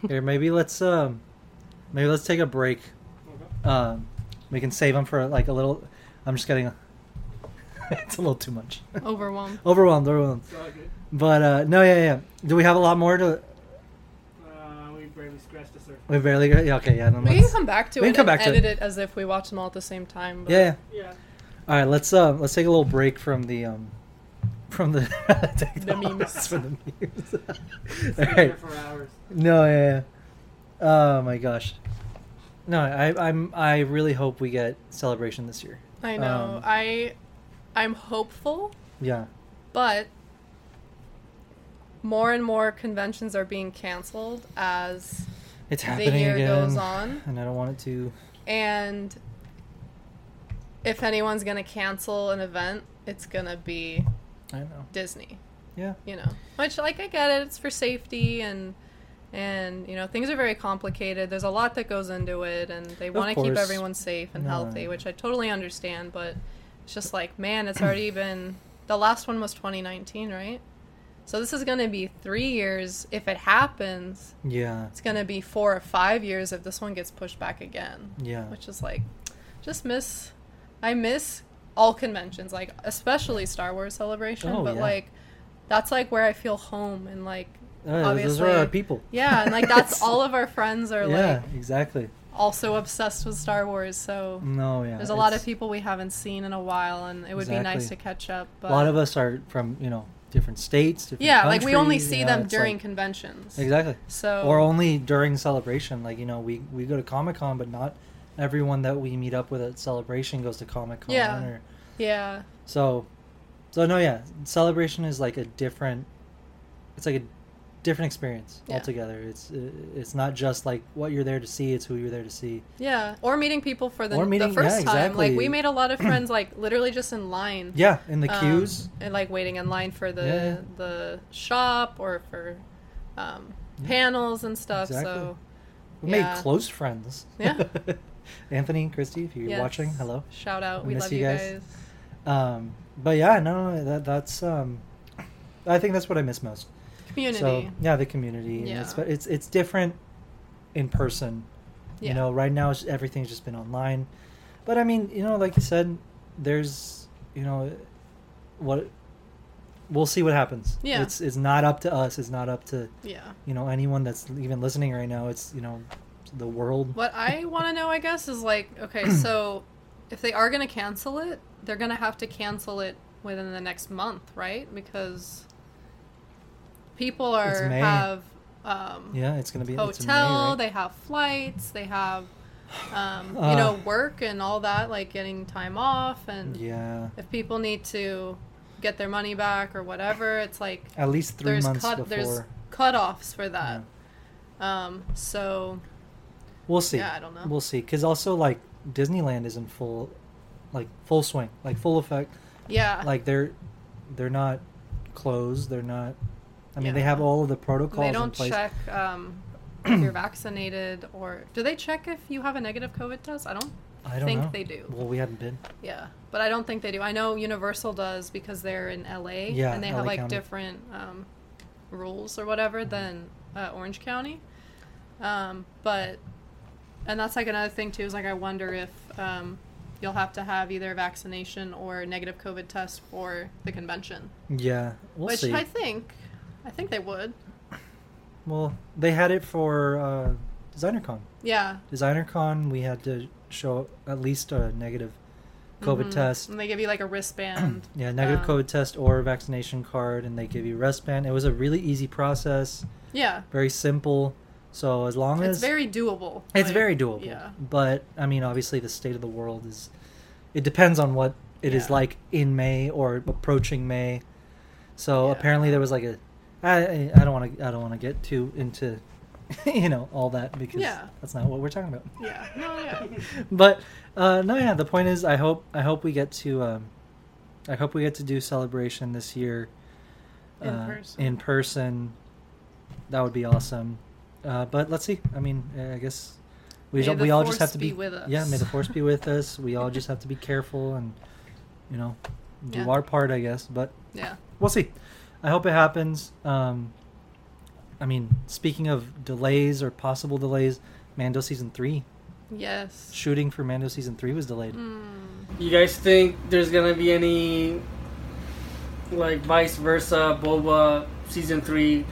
Here, maybe let's um, maybe let's take a break. Um, we can save him for like a little. I'm just getting. it's a little too much.
Overwhelmed.
overwhelmed, overwhelmed. But uh, no, yeah, yeah. Do we have a lot more to?
Uh, we barely scratched the surface.
We barely. got- Yeah, okay, yeah. Then
We can
let's,
come back to
We
it
can come
and
back to
edit
it.
it. as if we watch them all at the same time. But
yeah, yeah.
Yeah.
All right, let's uh, let's take a little break from the um, from the
The memes.
from the memes. All right. No, yeah, yeah. Oh my gosh. No, I, I'm. I really hope we get celebration this year.
I know.
Um,
I I'm hopeful,
Yeah.
but more and more conventions are being canceled as
It's
the
happening
year
again,
goes on.
and I don't want it to.
and if anyone's going to cancel an event, it's going to be
I know.
Disney,
Yeah.
you know. Which like I get it, it's for safety and and you know, things are very complicated. There's a lot that goes into it and they want to keep
course.
everyone safe and
No.
healthy, which I totally understand, but it's just like, man, it's already been the last one was 2019, right? So this is going to be 3 years if it happens.
Yeah.
It's going to be 4 or 5 years if this one gets pushed back again
Yeah.
which is like just miss i miss all conventions like especially star wars celebration
Oh,
but
yeah.
like that's like where i feel home and like
Uh, those- those are our people.
yeah and like that's all of our friends are
Yeah.
like
Exactly.
also obsessed with star wars so
No. Mm, oh, Yeah.
there's a lot of
it's-
people we haven't seen in a while and it would be nice to
Exactly.
catch up but
A lot of us are from you know different states. Different
yeah like we only
countries, you
see
know,
them
it's
during
like-
conventions
exactly.
so
or only during celebration. Like you know, we we go to Comic Con, but not everyone that we meet up with at celebration goes to Comic Con.
Yeah.
Or,
yeah
so, so no, yeah, celebration is like a different. It's like a different experience
Yeah.
altogether. It's uh, it's not just like what you're there to see; it's who you're there to see.
yeah or meeting people for the,
Or meeting-
the first
yeah,
time like
exactly.
we made a lot of friends like literally just in line
Yeah, in the
um,
queues.
and like waiting in line for the
Yeah, yeah.
the shop or for um, panels and stuff. So
We
yeah.
made close friends.
Yeah.
Anthony and Christy, if you're
yes.
watching, hello.
Shout out,
We
we
miss
love
you
you
guys.
guys.
Um, but yeah, no, no, that that's um, I think that's what I miss most.
Community.
So yeah, the community. and
Yeah.
It's, but it's it's different in person.
Yeah.
You know, right now it's, everything's just been online. But I mean, you know, like you said, there's you know, what we'll see what happens.
Yeah.
It's it's not up to us. It's not up to
yeah.
you know anyone that's even listening right now. It's you know, the world.
What I want to know, I guess, is like, okay, so if they are going to cancel it, they're going to have to cancel it within the next month, right? Because people
It's
are
May.
have um,
Yeah, it's gonna be It's in May,
hotel
right?
they have flights they have um,
Uh.
you know work and all that like getting time off and
Yeah,
if people need to get their money back or whatever it's like
at least three
there's
months
cut
before.
there's cutoffs for that um so
We'll see.
Yeah, I don't know.
We'll see, because also like Disneyland is in full, like full swing, like full effect.
yeah
Like they're, they're not closed. They're not. I mean, they
Yeah.
have all of the
and
protocols
they
in
don't
place.
check um if you're vaccinated or do they check if you have a negative covid test i don't
I don't
think
know.
they do.
Well, we haven't been.
Yeah, but I don't think they do. I know Universal does because they're in LA
Yeah,
and they
LA
have like
County. Mm-hmm.
different um, rules or whatever than uh, Orange County. Um, but and that's like another thing too is like I wonder if um, you'll have to have either a vaccination or a negative COVID test for the convention,
Yeah, we'll
which
see.
I think I think they would.
well, they had it for uh, DesignerCon.
Yeah,
DesignerCon, we had to show at least a negative
Mm-hmm.
COVID test.
and they give you like a wristband.
Yeah, negative
Um,
COVID test or vaccination card, and they give you wristband. It was a really easy process,
yeah,
very simple. So as long
it's
as
very doable.
It's
Like,
very doable.
Yeah,
But I mean, obviously, the state of the world is. It depends on what it is
Yeah.
like in May or approaching May. So
Yeah.
apparently, there was like a. I, I I don't want to. I don't want to get too into, you know, all that because
Yeah.
that's not what we're talking about.
yeah, no, yeah.
But uh, no, yeah. The point is, I hope. I hope we get to. Um, I hope we get to do celebration this year.
In
uh,
person.
In person. That would be awesome. Uh, but let's see. I mean, I guess we
May
ju-
the
we all just
force
have to be,
be with us.
yeah. May the force be with us. We all just have to be careful and you know do
Yeah.
our part, I guess. But
yeah.
we'll see. I hope it happens. Um, I mean, speaking of delays or possible delays, Mando season three
Yes.
shooting for Mando season three was delayed.
You guys think there's gonna be any like vice versa Boba season three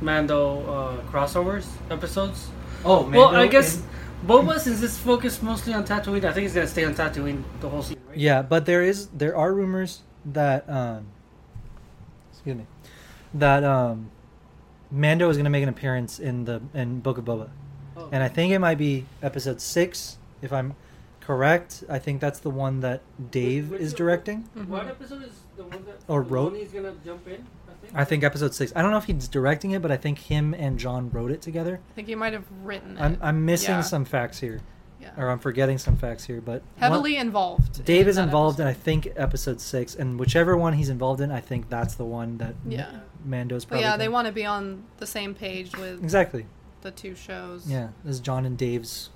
Mando uh, crossovers episodes?
Oh,
well, I guess Boba, since it's focused mostly on Tatooine, I think he's gonna stay on Tatooine the whole season. Right?
Yeah, but there is there are rumors that um excuse me that um Mando is going to make an appearance in the in Book of Boba.
Oh.
And I think it might be episode 6 if I'm correct. I think that's the one that Dave
Which-
is directing.
What episode is the one that
Or
the
wrote.
one he's gonna jump in? I think.
I think episode 6. I don't know if he's directing it, but I think him and John wrote it together.
I think he might have written it.
I'm I'm missing
Yeah.
some facts here
Yeah.
or I'm forgetting some facts here, but one-
Heavily involved.
Dave
in
is
that
involved
episode.
in I think episode 6 and whichever one he's involved in, I think that's the one that M-
Yeah.
Mando's
But
probably
yeah, they
gonna-
want to be on the same page with
Exactly.
the two shows.
Yeah, this is John and Dave's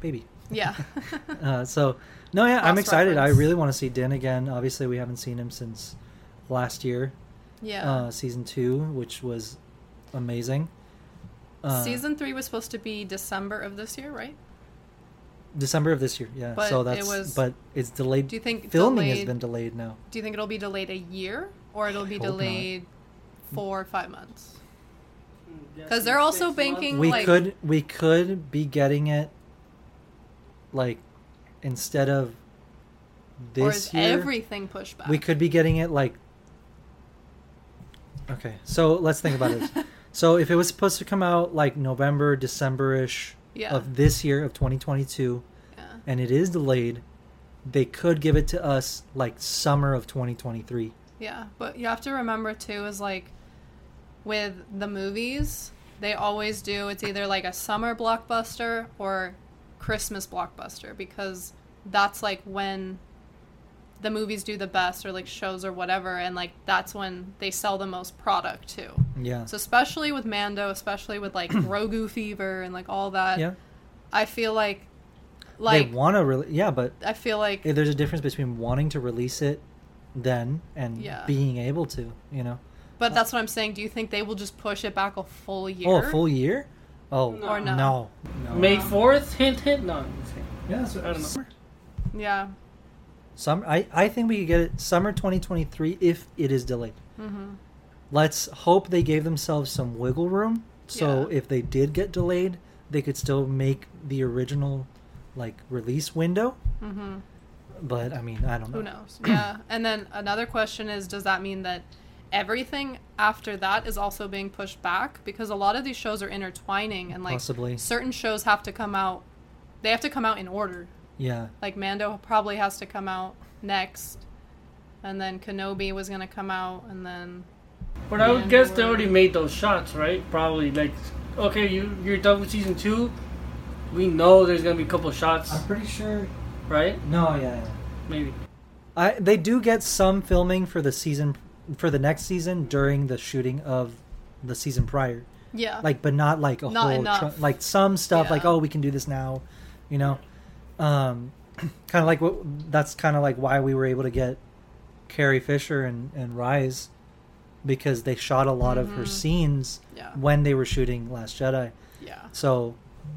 baby.
Yeah.
Uh, so, no, yeah, I'm
Cross
excited.
reference.
I really want to see Din again. Obviously, we haven't seen him since last year,
yeah.
uh, season two, which was amazing. Uh,
Season three was supposed to be December of this year, right?
December of this year, yeah.
But
so
it
that's
was-
but it's delayed.
Do you think
filming
delayed,
has been delayed now?
Do you think it'll be delayed a year or it'll be
hope not.
delayed four or five months?
Hmm. Yeah,
Because they're also
six months.
banking
We
like
could we could be getting it like instead of
or
this
is
year.
everything pushed back?
We could be getting it like. Okay, so let's think about it. so if it was supposed to come out like November, December ish
Yeah.
of this year of 2022,
Yeah.
and it is delayed, they could give it to us like summer of 2023.
Yeah, but you have to remember too is like with the movies, they always do it's either like a summer blockbuster or Christmas blockbuster because that's like when the movies do the best or like shows or whatever and like that's when they sell the most product too.
Yeah.
So especially with Mando, especially with like Grogu fever and like all that,
yeah.
I feel like like
they want to really, yeah, but
I feel like
eh, there's a difference between wanting to release it then and
Yeah.
being able to, you know.
but that's what I'm saying. Do you think they will just push it back a full year?
Oh, a full year? Oh,
Or no.
no.
May
uh,
fourth, hint hint. No, I'm just kidding.
Yeah, so
I don't know.
Yeah.
Summer, I, I think we could get it summer 2023 if it is delayed.
Mm-hmm.
Let's hope they gave themselves some wiggle room. So
Yeah.
if they did get delayed, they could still make the original like release window. Mm-hmm. But I mean, I don't know.
Who knows? Yeah. And then another question is does that mean that everything after that is also being pushed back? Because a lot of these shows are intertwining and like
Possibly.
certain shows have to come out, they have to come out in order.
Yeah,
Like Mando probably has to come out next. And then Kenobi was going to come out. And then,
But I would
Yeah.
guess they already made those shots, right? Probably like, okay, you you're done with season two. We know there's gonna be a couple shots,
I'm pretty sure.
right?
No, yeah, yeah.
Maybe.
I they do get some filming for the season for the next season during the shooting of the season prior.
yeah.
like but not like a
Not
whole
enough.
tru- like some stuff like
Yeah.
oh we can do this now you know um kind of like what that's kind of like why we were able to get carrie fisher and and rise because they shot a lot of her scenes
Mm-hmm. Yeah.
when they were shooting last jedi
yeah.
so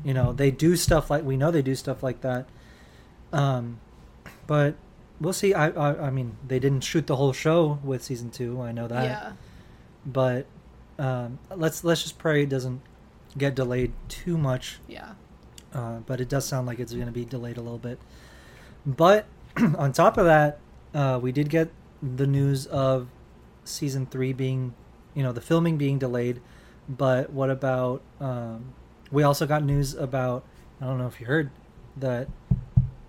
you know they do stuff like we know they do stuff like that um but we'll see i i, I mean they didn't shoot the whole show with season two i know that
yeah.
but um, let's let's just pray it doesn't get delayed too much.
Yeah.
Uh, but it does sound like it's going to be delayed a little bit. But on top of that, uh, we did get the news of season three being, you know, the filming being delayed. But what about? Um, we also got news about. I don't know if you heard that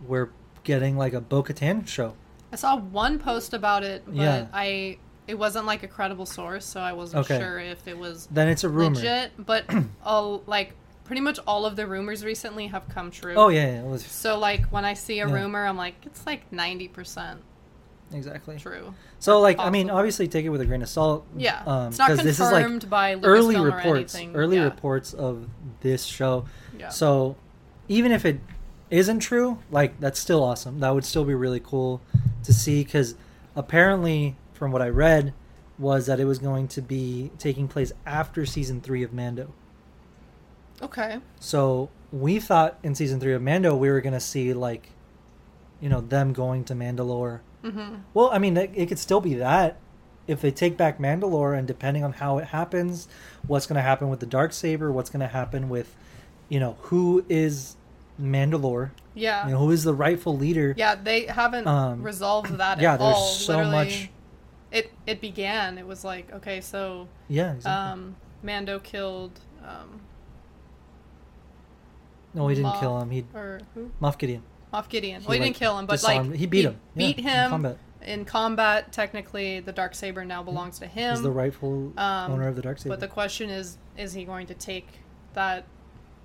we're getting like a Bo-Katan show.
I saw one post about it, but
Yeah.
I. It wasn't like a credible source, so I wasn't
Okay.
sure if it was
Then it's a rumor.
legit, but all like pretty much all of the rumors recently have come true.
Oh yeah, yeah, it was-
So like when I see a
Yeah.
rumor, I'm like it's like ninety percent
exactly.
true.
So, like, I mean,
Possible.
obviously, take it with a grain of salt.
Yeah,
um,
it's not
'cause
confirmed
this is like
by Lucasfilm
early
or
reports,
anything.
early
yeah.
reports of this show.
Yeah.
So, even if it isn't true, like, that's still awesome. That would still be really cool to see because apparently, from what I read, was that it was going to be taking place after season three of Mando.
Okay.
So we thought in season three of Mando we were gonna see like, you know, them going to Mandalore. Mm-hmm. Well, I mean, it, it could still be that if they take back Mandalore, and depending on how it happens, what's gonna happen with the dark saber, what's gonna happen with, you know, who is Mandalore,
Yeah.
you know, who is the rightful leader.
Yeah, they haven't
Um,
resolved that
yeah,
at
there's
all.
so
Literally,
much-
It it began. It was like okay, so
Yeah, exactly.
um, Mando killed um,
no, he didn't
Moff-
kill him. He
or who?
Moff Gideon.
Moff Gideon. well, he
like,
didn't kill him, but
disarmed-
like
he beat him. Yeah,
Beat
in
him in combat.
combat.
Technically, the dark saber now belongs to him.
He's the rightful
um,
owner of the dark saber.
But the question is, is he going to take that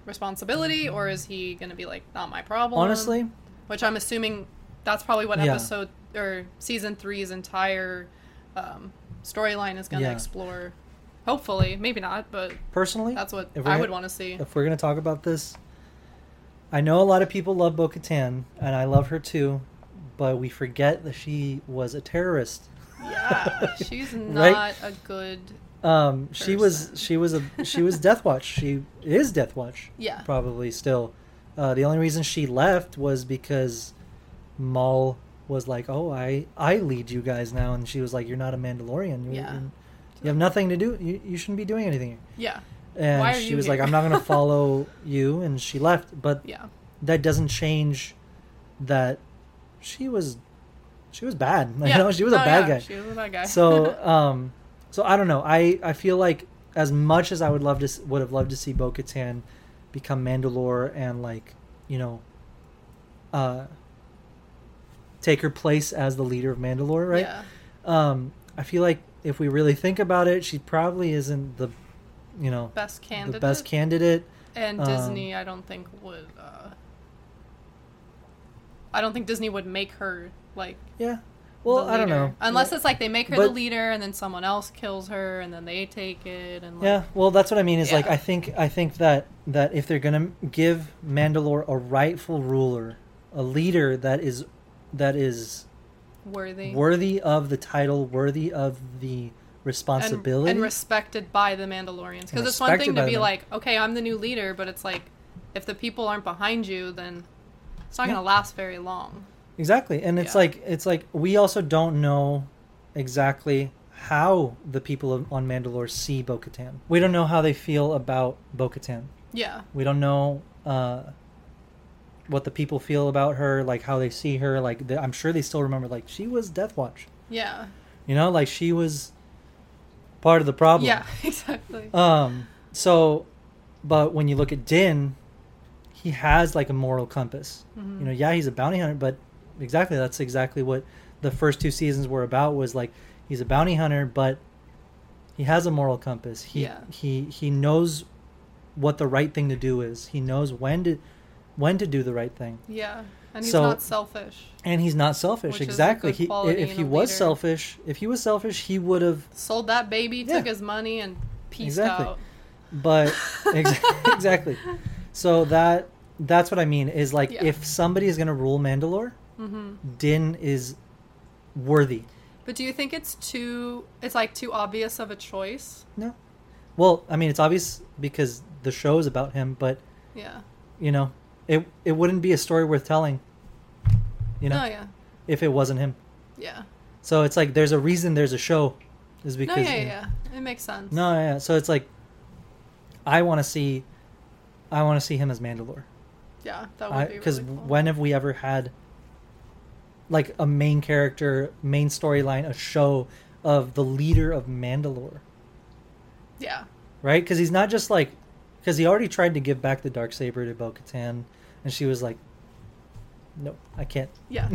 responsibility, or is he going to be like, not my problem?
Mm-hmm. Honestly,
which I'm assuming that's probably what
Yeah.
episode or season three's entire um, storyline is going to
Yeah.
explore. Hopefully, maybe not, but
personally,
that's what
if we're
I
gonna-
would want to see.
if we're gonna talk about this, I know a lot of people love Bo Katan, and I love her too, but we forget that she was a terrorist.
Yeah, she's not
Right?
a good.
Um, she was she was a she was Death Watch. She is Death Watch.
Yeah.
probably still. Uh, the only reason she left was because Maul was like, "Oh, I I lead you guys now," and she was like, "You're not a Mandalorian. You,
Yeah.
you, you have nothing to do. You, you shouldn't be doing anything." here."
Yeah,
And
Why are
she
you
was like,
here?
"I'm not going to follow you," and she left. But
yeah,
that doesn't change that she was she was bad.
yeah.
You know, she was
No,
a bad
Oh, yeah,
guy
She was a bad guy.
so um so i don't know i i feel like as much as i would love to s- would have loved to see bo-katan become mandalore and like you know uh take her place as the leader of mandalore right
Yeah.
um i feel like if we really think about it she probably isn't the you know
Best candidate.
the best candidate
And
Um,
Disney, I don't think would. Uh, I don't think Disney would make her like.
yeah well
the
i don't
leader.
know
Unless it's like they make her the
But-
leader, and then someone else kills her, and then they take it, and like,
Yeah, well, that's what I mean. Is like
Yeah.
I think I think that that if they're gonna give Mandalore a rightful ruler, a leader that is that is
worthy
worthy of the title, worthy of the
and,
responsibility.
and respected by the Mandalorians.
And
Because it's one
respected
thing to
by
be
the-
like, okay, I'm the new leader, but it's like, if the people aren't behind you, then it's not
Yeah.
gonna last very long.
exactly, and it's
Yeah.
like it's like we also don't know exactly how the people of, on Mandalore see Bo-Katan. We don't know how they feel about Bo-Katan.
Yeah,
We don't know uh, what the people feel about her, like how they see her. Like the, I'm sure they still remember, like she was Death Watch.
yeah,
You know, like she was part of the problem.
yeah, exactly.
Um. So, but when you look at Din, he has like a moral compass.
Mm-hmm.
You know, yeah, he's a bounty hunter, but exactly that's exactly what the first two seasons were about. Was like he's a bounty hunter, but he has a moral compass. He
Yeah.
he he knows what the right thing to do is. He knows when to when to do the right thing
yeah, and he's
so-
not selfish.
and he's not selfish
Which is a
exactly
good
he,
quality
if
in
he
a
was
leader.
selfish if he was selfish he would have
Sold that baby,
Yeah.
took his money, and peaced
Exactly.
out.
but ex- exactly so that that's what i mean is like
Yeah. Mm-hmm.
if somebody is going to rule mandalore din is worthy
But do you think it's too? It's like too obvious of a choice.
no well i mean it's obvious because the show is about him but
Yeah.
you know it it wouldn't be a story worth telling you know
No. Oh, Yeah.
if it wasn't him
Yeah.
so it's like there's a reason there's a show is
No.
because
Yeah.
you
Yeah.
know,
yeah. It makes sense.
No, yeah. So it's like, I want to see, I want to see him as Mandalore.
Yeah. That would be
Because
really cool.
when have we ever had, like, a main character, main storyline, a show of the leader of Mandalore,
Yeah.
right? Because he's not just like, because he already tried to give back the dark saber to Bo Katan, and she was like, "Nope, I can't."
Yeah.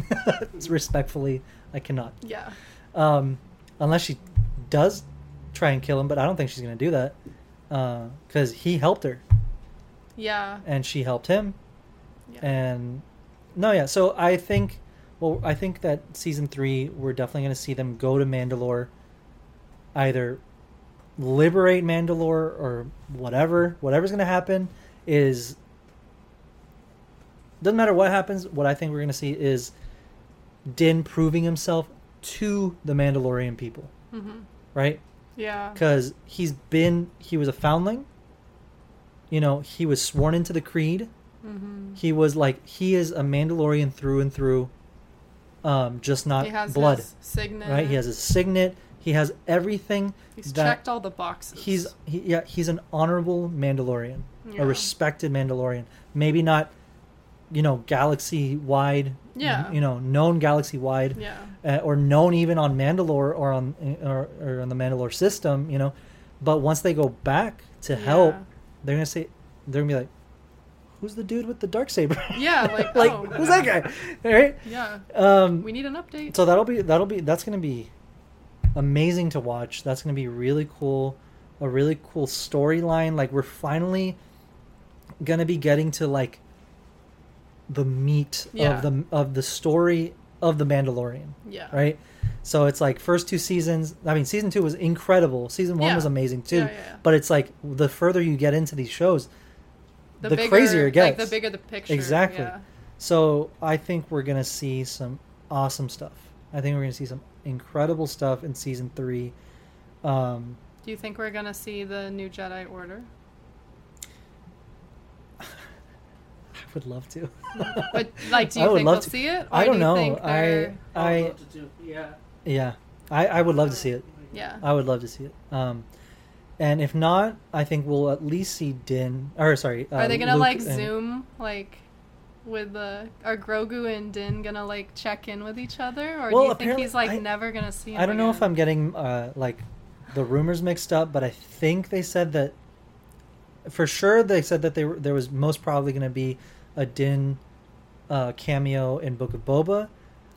Respectfully, I cannot.
Yeah.
um, unless she does try and kill him. But I don't think she's gonna do that because he helped her
Yeah.
and she helped him,
Yeah.
and no, yeah. So I think, well, I think that season three we're definitely gonna see them go to Mandalore, either liberate Mandalore or whatever. Whatever's gonna happen is doesn't matter what happens. What I think we're gonna see is Din proving himself to the Mandalorian people,
Mm-hmm.
right?
Yeah.
because he's been he was a foundling you know he was sworn into the creed
Mm-hmm.
he was like he is a mandalorian through and through um just not
He has
blood
his signet.
right he has his signet he has everything
He's
that
checked all the boxes.
he's he, yeah he's an honorable mandalorian
Yeah.
a respected mandalorian maybe not you know, galaxy wide.
Yeah.
You know, known galaxy wide.
Yeah.
Uh, or known even on Mandalore or on or, or on the Mandalore system. You know, but once they go back to help,
Yeah.
they're gonna say they're gonna be like, "Who's the dude with the dark saber?
Yeah, like,
like,
oh,
who's that guy? All right.
yeah.
Um,
We need an update.
so that'll be that'll be that's gonna be amazing to watch that's gonna be really cool a really cool storyline like we're finally gonna be getting to like the meat
Yeah.
of the of the story of the mandalorian
yeah.
right so it's like first two seasons i mean season two was incredible season one
Yeah.
was amazing too
Yeah, yeah, yeah.
but it's like the further you get into these shows the
bigger,
crazier it
Like, the
gets.
bigger the picture.
Exactly.
Yeah.
So I think we're gonna see some awesome stuff. I think we're gonna see some incredible stuff in season three. Um,
Do you think we're going to see the new Jedi Order?
I would love to.
But, like, do
I
you
would
think
love
we'll
to.
see it? Or
I don't
do you
know.
Think
I
they're-
I
What to do. Yeah.
yeah. I, I would love to see it.
Yeah.
I would love to see it. Um, and if not, I think we'll at least see Din. Or sorry, uh,
Are they gonna
Luke
like
and-
Zoom like with the are Grogu and Din gonna like check in with each other,
Well,
or do you think
apparently-
he's like
I-
never gonna see? Him
I don't know if
again?
I'm getting uh, like the rumors mixed up, but I think they said that for sure they said that they were, there was most probably going to be a Din uh, cameo in Book of Boba,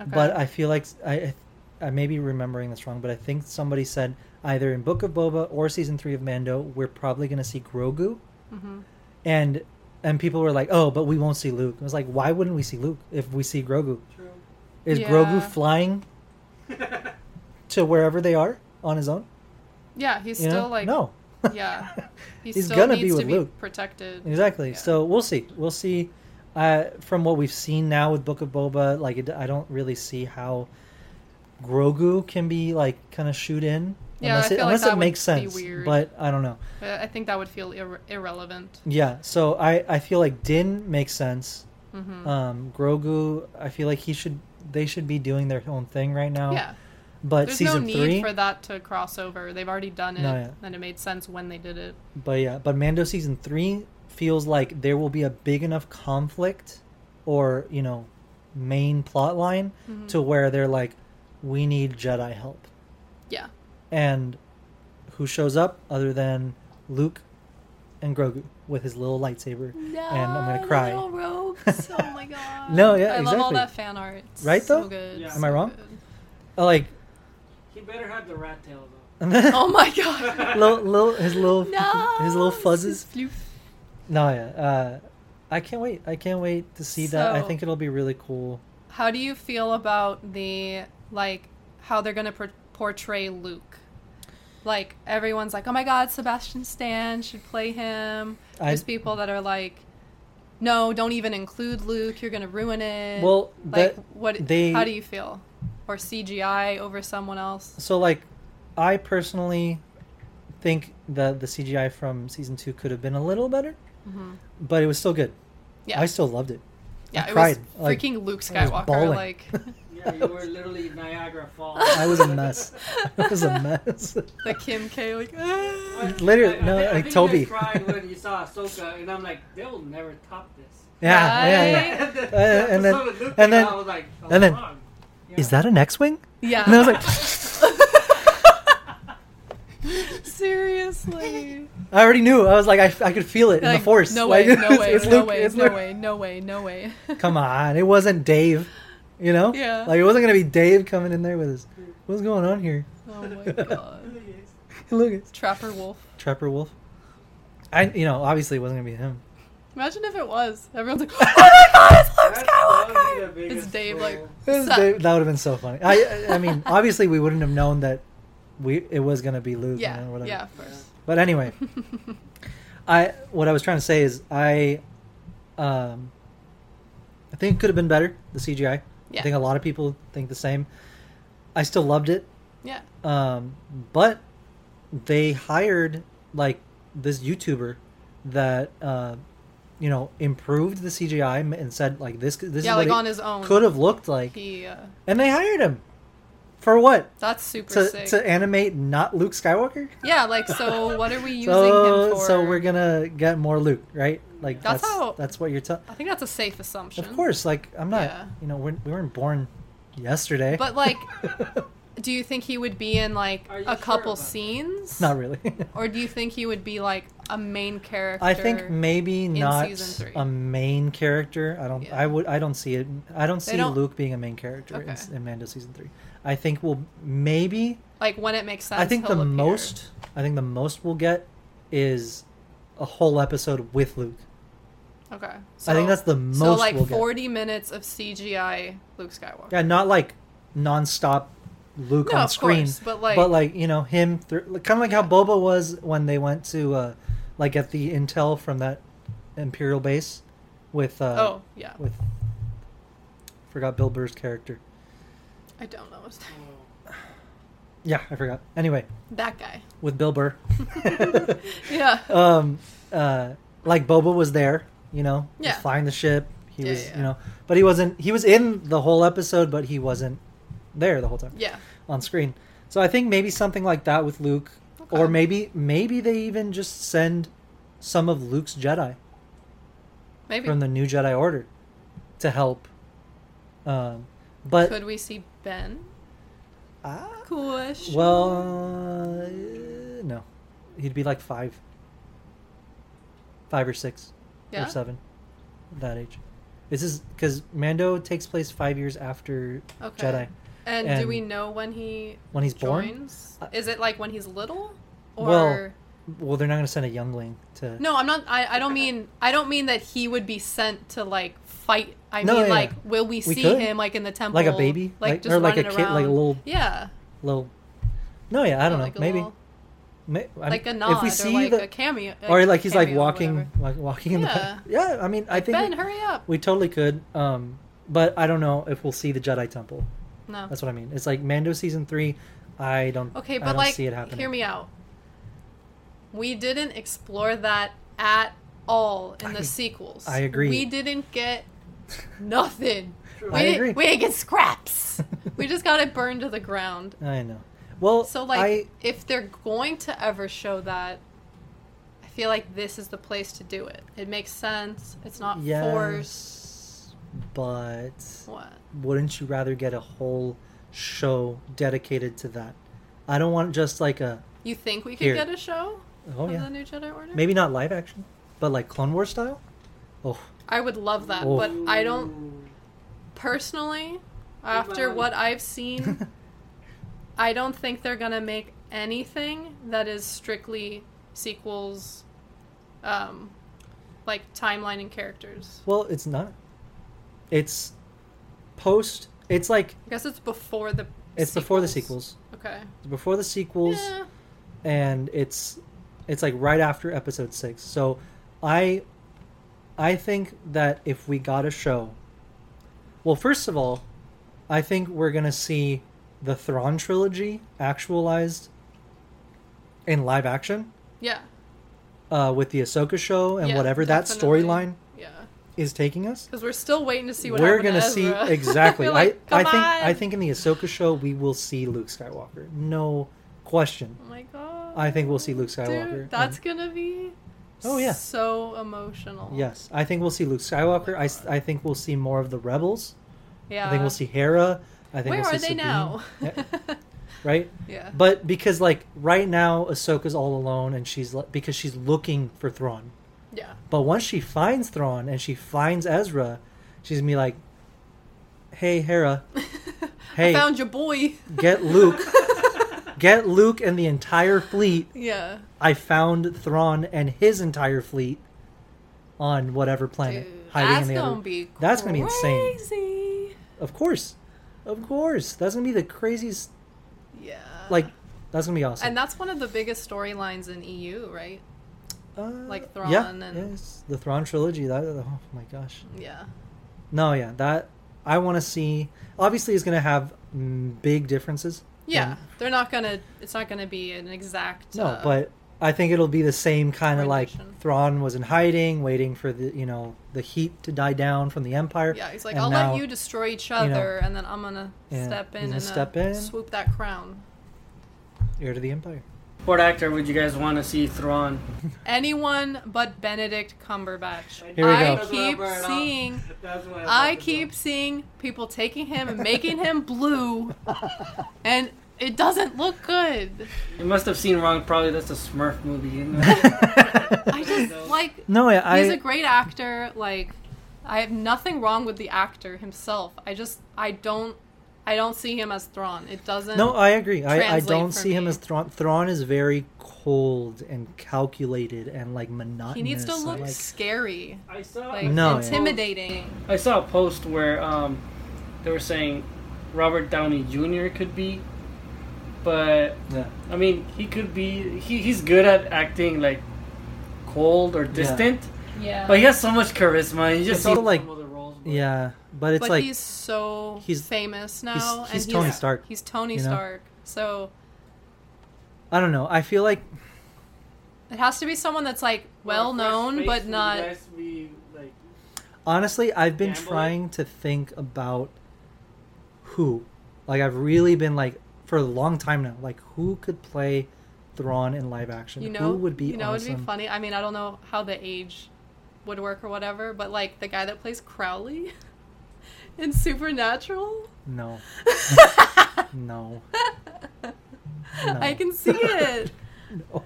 but I feel like I, I I may be remembering this wrong, but I think somebody said either in Book of Boba or season three of Mando we're probably going to see Grogu, and and people were like, oh, but we won't see Luke. I was like, why wouldn't we see Luke if we see Grogu?
True.
Is
Yeah.
Grogu flying to wherever they are on his own?
Yeah, he's
You
still
know?
like
no,
yeah. He
He's
still
gonna be
needs
with
to be
Luke.
protected.
exactly.
Yeah.
So we'll see. We'll see. Uh, from what we've seen now with Book of Boba, like it, I don't really see how Grogu can be like kind of shoot in,
Yeah, I
unless it,
feel like
unless
that
it
would
makes
be
sense.
weird.
But I don't know.
But Uh, I think that would feel ir- irrelevant.
Yeah, so I I feel like Din makes sense.
Mm-hmm.
Um, Grogu, I feel like he should they should be doing their own thing right now.
Yeah,
but
there's no
season
need
three,
for that to cross over. They've already done it,
No, yeah.
and it made sense when they did it.
But yeah, but Mando season three feels like there will be a big enough conflict or, you know, main plot line
Mm-hmm.
to where they're like, we need Jedi help.
Yeah,
And who shows up other than Luke and Grogu with his little lightsaber? and I'm going to cry.
Little rogues. Oh my god.
No, yeah,
I love all
exactly.
that fan art. It's
Right, though?
So good.
Yeah.
Am I
so
wrong?
good.
Like,
He better have the rat tail though.
Oh my god.
little, little, his little,
No.
his little fuzzes.
Floof.
No, yeah. Uh, I can't wait. I can't wait to see that. I
So-
think it'll be really cool.
How do you feel about the like how they're gonna por- portray Luke? Like everyone's like, oh my god, Sebastian Stan should play him.
I-
There's people that are like, no, don't even include Luke. You're gonna ruin it.
Well,
like
that-
what?
they-
how do you feel? Or CGI over someone else?
so like i personally think that the cgi from season two could have been a little better but it was still good
Mm-hmm. Yeah,
i still loved it I
yeah. it
cried,
was
like,
freaking Luke
was
Skywalker.
bawling.
Like
Yeah, you were literally Niagara Falls.
i was a mess i was a mess
the Kim K. Like "Ah."
Literally, no,
think-
like
think
Toby.
You guys cried when you saw Ahsoka, and I'm like, they will never top this.
yeah yeah, yeah. Uh,
Right?
and then,
and then- and then-
I was like, oh,
and then-
fuck.
is that an x-wing
Yeah.
and i was like
Seriously.
i already knew i was like i, I could feel it in the
Like,
force
No
Like,
way, no way,
it's
no
Luke,
way,
it's
no
Luke.
way, no way, no way.
come on it wasn't dave you know
Yeah.
like it wasn't gonna be dave coming in there with us what's going on here
Oh my god.
look it's
Trapper Wolf.
trapper wolf i you know obviously it wasn't gonna be him
Imagine if it was. Everyone's like, oh my god, it's Luke
That
Skywalker!
would be the biggest
It's Dave,
troll.
like,
It was
Suck.
Dave- that would have been so funny. I I- I mean, obviously we wouldn't have known that we it was gonna be Luke. you know,
Yeah,
whatever.
yeah, of course.
But anyway, I what I was trying to say is I, um, I think it could have been better the CGI.
Yeah.
I think a lot of people think the same. I still loved it,
Yeah.
um, but they hired like this YouTuber that uh, you know improved the CGI and said like this this
Yeah,
is what
like
it
on his own.
could have looked like
He, uh,
and they hired him For what?
That's super
To,
sick.
to animate not Luke Skywalker?
yeah, like so. What are we using him
So,
for?
so we're gonna get more Luke, right? Like that's
That's
that's,
how-
what you're telling.
I think that's a safe assumption.
Of course, like I'm not.
Yeah.
You know, we're, we weren't born yesterday.
But like, do you think he would be in like
Are you
a
sure
couple
about that?
scenes?
not really.
Or do you think he would be like a main character?
I think maybe not
season three.
a main character. I don't.
Yeah.
I would. I don't see it. I don't see
don't-
Luke being a main character in,
Okay.
s- in Mando season three. I think we'll maybe.
like when it makes sense.
I think the
he'll appear.
most. I think the most we'll get is a whole episode with Luke.
Okay.
I think that's the
So
most
like
we'll get.
40 minutes of CGI Luke Skywalker.
Yeah, not like nonstop Luke
No,
on
of
screen,
course, but, like-
you know him, thr kind of like how Boba was when they went to uh, like get the intel from that Imperial base with uh,
Oh yeah.
with forgot Bill Burr's character.
I don't know. his name.
Yeah, I forgot. Anyway,
That guy.
with Bill Burr,
Yeah.
um, uh, like Boba was there, you know, he was
Yeah.
flying the ship. He
Yeah,
was,
yeah.
you know, but he wasn't. He was in the whole episode, but he wasn't there the whole time.
yeah.
on screen. So I think maybe something like that with Luke, or
Okay.
maybe maybe they even just send some of Luke's Jedi
Maybe.
from the New Jedi Order to help. Um, but
Could we see Ben?
Ah,
Question.
well, uh, no, he'd be like five, five or six
Yeah?
or seven, that age. This is because Mando takes place five years after
Okay.
Jedi
and,
and-
do we know when he
when he's born.
joins? Is it like when he's little? Or
Well, Well, they're not going to send a youngling to.
No, I'm not. I, I don't mean. I don't mean that he would be sent to like fight. I
No,
mean,
yeah,
like,
yeah.
will we, see
could.
him like in the temple,
baby?
like,
Like-
just
or like a
running
kid, like a
around?
little-
yeah.
little. No, yeah, I don't
Oh, like
know.
a
Maybe,
little-
Ma- I'm-
like a nod, or like a cameo,
or like he's like
cameo or
walking,
whatever.
like walking in
Yeah.
the. Yeah, I mean, I think
Ben,
we,
hurry up!
we totally could, um, but I don't know if we'll see the Jedi Temple.
No,
That's what I mean. It's like Mando season three. I don't. I
okay, but
don't
like,
see it happening.
hear me out. We didn't explore that at all in the sequels.
I agree.
We didn't get nothing. we
I
didn't,
agree.
We didn't get scraps. we just got it burned to the ground.
I know. Well,
So like
I,
if they're going to ever show that I feel like this is the place to do it. It makes sense. It's not forced.
yes, but
What?
wouldn't you rather get a whole show dedicated to that? I don't want just like a.
You think we could
Here.
get a show
Oh
of
yeah,
the new Jedi Order?
maybe not live action, but like Clone Wars style. Oh,
I would love that,
Oh.
but I don't personally after what I've seen I don't think they're going to make anything that is strictly sequels um like timeline and characters.
Well, it's not. It's post. It's like
I guess it's before the
it's before the sequels.
Okay.
It's before the sequels,
Yeah.
and it's it's like right after episode six. So, I I think that if we got a show, well, first of all, I think we're gonna see the Thrawn trilogy actualized in live action
Yeah.
uh, with the Ahsoka show and
Yeah,
whatever that
definitely.
storyline
Yeah,
is taking us.
because we're still waiting to see what
we're
happened
gonna
to
see
Ezra.
exactly.
We're like,
I, I
"Come
think
on."
I think in the Ahsoka show we will see Luke Skywalker. No question.
Oh my god.
I think we'll see Luke
Dude,
Skywalker.
that's gonna be.
Oh, yeah.
So emotional.
And- yes, I think we'll see Luke Skywalker. I, s- I think we'll see more of the rebels.
Yeah.
I think we'll see Hera. I think
Uh, Where
we'll see
are
Sabine.
they now?
Yeah, right?
yeah.
But because like right now Ahsoka's all alone and she's like because she's looking for Thrawn.
yeah.
But once she finds Thrawn and she finds Ezra, she's gonna be like, "Hey Hera, hey,
I found your boy.
get Luke, get Luke and the entire fleet.
yeah.
I found Thrawn and his entire fleet on whatever planet,
Dude,
hiding
that's
in the
gonna
other.
be.
That's gonna be insane.
Crazy.
Of course, of course, that's gonna be the craziest.
Yeah.
Like, that's gonna be awesome.
And that's one of the biggest storylines in EU, right?
Uh,
like
yeah,
Thrawn and-
yes, the Thrawn trilogy. That oh my gosh.
Yeah.
No, yeah, that I want to see. Obviously, it's gonna have mm, big differences.
Yeah. They're not gonna. It's not gonna be an exact.
No,
uh,
but I think it'll be the same kind of like Thrawn was in hiding, waiting for the you know the heat to die down from the Empire.
Yeah, he's like,
and
I'll
now-
let you destroy each
know,
other, and then I'm gonna
yeah,
step
he's
in
gonna
and
step
uh,
in.
swoop that crown.
heir to the Empire.
What actor would you guys want to see Thrawn?
Anyone but Benedict Cumberbatch.
Here we
I
go.
keep seeing, I keep seeing people taking him and making him blue, and it doesn't look good.
You must have seen wrong. Probably that's a Smurf movie. You know?
I just like
No, I, I
he's a great actor. Like, I have nothing wrong with the actor himself. I just I don't I don't see him as Thrawn. It doesn't.
no, I agree. I, I
translate
don't
for
see him
me.
as Thrawn. Thrawn is very cold and calculated and like monotonous.
he needs to
I
look
uh, like-
scary,
I saw.
like
No, yeah.
intimidating.
I saw a post where um, they were saying Robert Downey Jr. could be, but
yeah.
I mean he could be. He, he's good at acting like cold or distant,
Yeah,
but he has so much charisma. You just
It's
see
also like-
some of the roles, but-
yeah, but it's
but
like
he's so
he's-
famous now.
he's- he's
and
Tony Stark,
He's Tony
you know?
Stark. So
I don't know. I feel like
it has to be someone that's like well known, but not.
honestly, I've been
Gambling?
trying to think about who. Like I've really been like for a long time now, like who could play Thrawn in live action?
You know,
who would be
you know,
awesome?
it'd be funny. I mean, I don't know how the age would work or whatever, but like the guy that plays Crowley in Supernatural,
No. no. No.
I can see it.
No.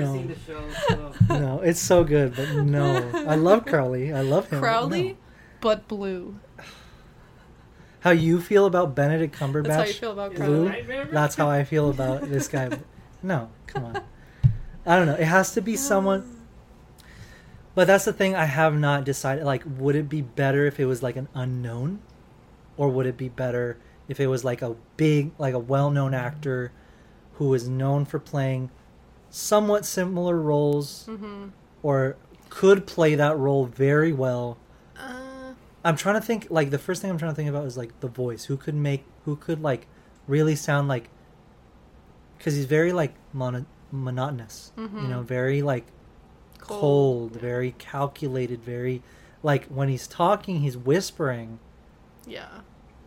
No.
seen the show. So.
No, it's so good, but no. I love Crowley. I love him. but
Crowley,
no.
but blue.
How you feel about Benedict Cumberbatch?
That's how you feel about
Blue?
Crowley.
That's how I feel about this guy. No, come on. I don't know. It has to be someone. But that's the thing. I have not decided. Like, would it be better if it was like an unknown, or would it be better if it was like a big, like a well-known actor who is known for playing somewhat similar roles,
Mm-hmm.
or could play that role very well? I'm trying to think. Like, the first thing I'm trying to think about is like the voice. Who could make? Who could like really sound like because he's very like mono- monotonous you know very like cold. very calculated very like when he's talking he's whispering
Yeah,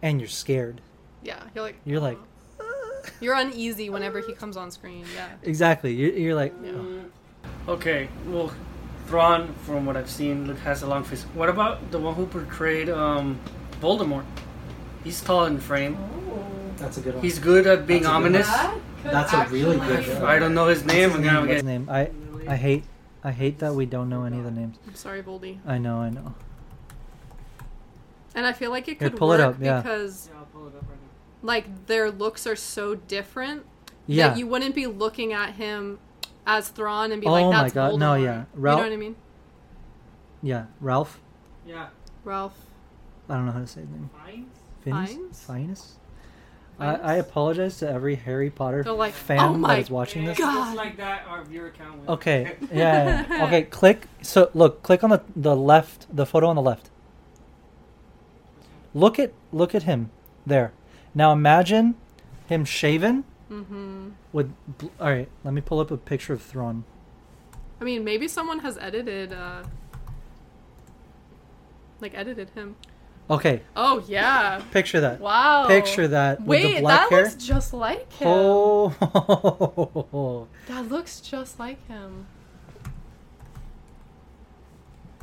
and you're scared
yeah. You're like oh.
you're like
you're uneasy whenever he comes on screen. Yeah.
exactly you're, you're like "Oh,
Okay, well, Thrawn, from what I've seen, look- has a long face. What about the one who portrayed um, Voldemort? He's tall in frame.
Oh. that's a good one
He's good at being
That's a good
ominous.
that's a really good show.
I don't know his name. I'm gonna
What's his
get
name i i hate i hate that we don't know any of the names
I'm sorry, Boldy.
i know i know
And I feel like it
Here,
could
pull it
work
up, yeah.
because like their looks are so different
yeah
that you wouldn't be looking at him as Thrawn and be
Oh
like,
my
"That's
God, no,
Voldemort."
yeah.
you
Ralph-
know what I mean?
yeah ralph
Yeah.
Ralph.
i don't know how to say his name
Fiennes?
Fiennes? Fiennes? I, I apologize to every Harry Potter
They're like,
fan
"Oh my
that is watching this.
God.
like that, our viewer count went.
Okay, yeah. yeah. okay, click. So look, click on the the left, the photo on the left. Look at look at him there. Now imagine him shaven
Mm-hmm.
with. Bl- all right, let me pull up a picture of Thrawn.
I mean, maybe someone has edited, uh, like edited him.
Okay,
Oh yeah!
picture that.
Wow.
Picture that with
Wait,
the black
that
hair.
looks just like him.
oh,
That looks just like him.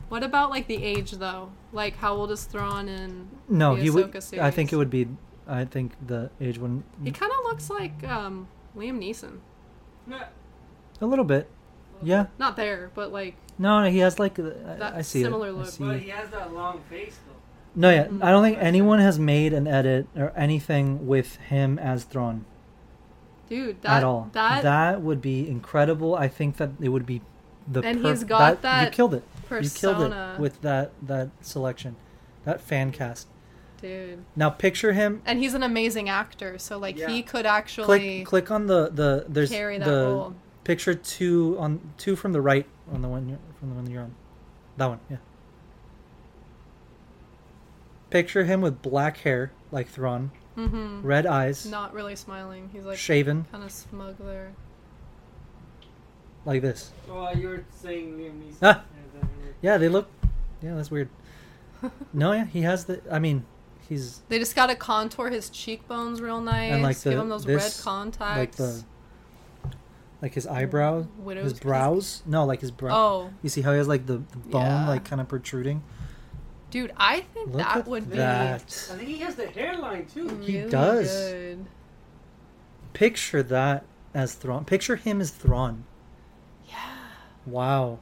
What about like the age though? Like how old is Thrawn in
no,
the
he would.
Ahsoka
I think
series?
it would be. I think the age wouldn't.
He kind of looks like um, Liam Neeson.
A little bit. Yeah.
Not there, but like
No, no, he has like uh, I-
that
I, see
similar
it. I
look.
see
But
it.
he has that long face though.
No, yeah, I don't think anyone has made an edit or anything with him as Thrawn
dude, that
at all.
that,
would be incredible. I think that it would be the
And
perf-
he's
you
got that
killed it. You killed
persona,
it with that that selection, that fan cast.
dude.
Now picture him.
And he's an amazing actor, so like
Yeah.
he could actually
Click click on the the there's
carry that
the
role.
picture two on two from the right on the one you're, from the one you're on, that one yeah. Picture him with black hair like Thrawn, red eyes,
not really Mm-hmm. smiling. He's like
shaven.
kind of smug there.
like this.
Well, you were saying Liam Neeson.
Ah.
Yeah, that weird.
Yeah, they look. Yeah, that's weird. no, yeah, he has the. I mean, he's
They just gotta contour his cheekbones real nice.
and like the
give him those
this,
red contacts.
like the like his eyebrow,
Widow's
his
peak.
brows. No, like his brow.
Oh,
You see how he has like the, the bone
Yeah.
like kind of protruding.
dude, I think
Look
that
at
would
that.
I think he has the hairline
be.
too.
He
really
does.
good.
Picture that as Thrawn. Picture him as Thrawn. Yeah. Wow.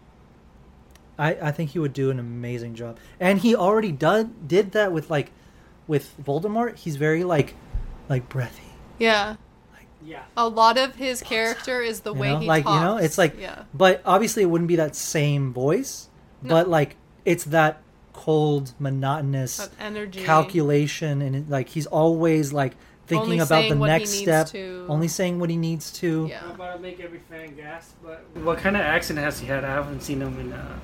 I I think he would do an amazing job, and he already done did that with like with Voldemort. He's very like like breathy.
Yeah.
Yeah.
A lot of his character is the
You
way
know?
he
like
talks.
you know, it's like
yeah,
but obviously it wouldn't be that same voice, but like it's that cold, monotonous
that energy.
calculation and it, like he's always like thinking
Only
about the
saying what he
next
needs
step,
to.
only saying what he needs to.
Yeah.
I'm about to make every fan gasp, but what kind of accent has he had? I haven't seen him in uh,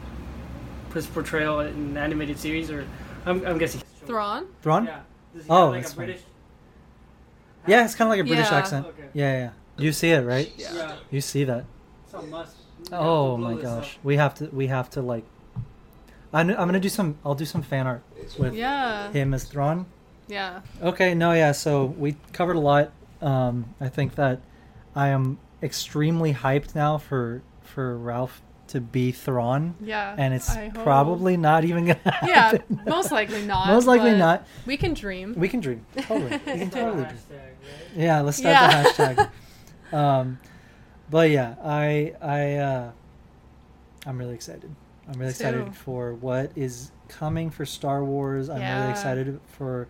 his portrayal in animated series, or I'm, I'm guessing.
Thrawn.
Thrawn? Yeah,
Yeah. Does he
Oh,
have, like
that's
a
funny.
British?
it's kind of like a British
Yeah.
accent.
Okay.
Yeah, yeah, yeah. You see it, right?
Yeah.
Yeah.
You see that.
It's a must.
Oh my
uh,
gosh. We have to we have to like I'm, I'm going to do some I'll do some fan art with
Yeah.
him as Thrawn.
Yeah.
Okay, no, yeah. So we covered a lot. Um, I think that I am extremely hyped now for for Ralph to be Thrawn,
Yeah.
and it's
I hope.
probably not even gonna. Happen.
Yeah, most likely not.
Most likely
but
not.
We can dream.
We can dream. Totally, we can totally.
Hashtag,
Dream.
right?
Yeah, let's start
Yeah.
the hashtag. Um, but yeah, I I uh, I'm really excited. I'm really
Too.
excited for what is coming for Star Wars. I'm
Yeah.
really excited for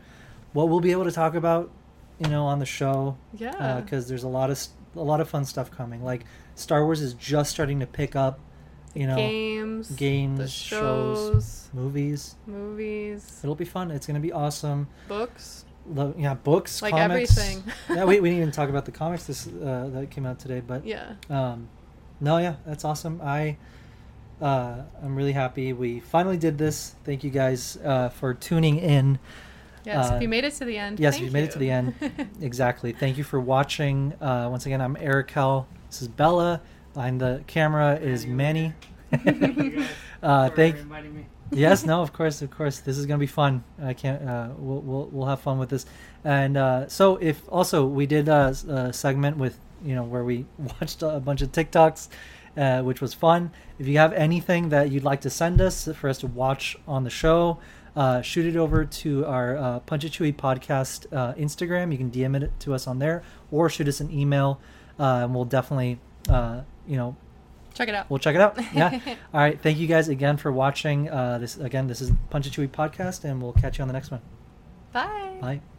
what we'll be able to talk about, you know, on the show
Yeah.
because there's a lot of s- a lot of fun stuff coming. Like Star Wars is just starting to pick up, you know,
games.
games,
The
shows.
shows.
movies.
Movies.
It'll be fun. It's gonna be awesome.
Books.
Lo- yeah, books,
Like
comics.
everything.
yeah, we, we didn't even talk about the comics this uh, that came out today, but
Yeah.
um, no, yeah, that's awesome. I uh, I'm really happy we finally did this. Thank you guys uh, for tuning in.
Yes.
Uh,
if you made it to the end.
Yes,
thank
if you made it to the end, exactly. Thank you for watching. Uh, once again, I'm Eric Hell. This is Bella. Behind the camera is Manny.
Thank you guys
Uh,
for
thank
reminding me.
yes, no, of course, of course. This is gonna be fun. I can't. Uh, we'll, we'll we'll have fun with this. And uh, so, if also we did a, a segment with you know where we watched a bunch of TikToks, uh, which was fun. If you have anything that you'd like to send us for us to watch on the show, uh, shoot it over to our uh, Punchachui podcast uh, Instagram. You can DM it to us on there, or shoot us an email, uh, and we'll definitely uh, you know
Check it out.
we'll check it out. Yeah. All right. Thank you guys again for watching. Uh, this again. This is Punch a Chewy podcast, and we'll catch you on the next one.
Bye.
Bye.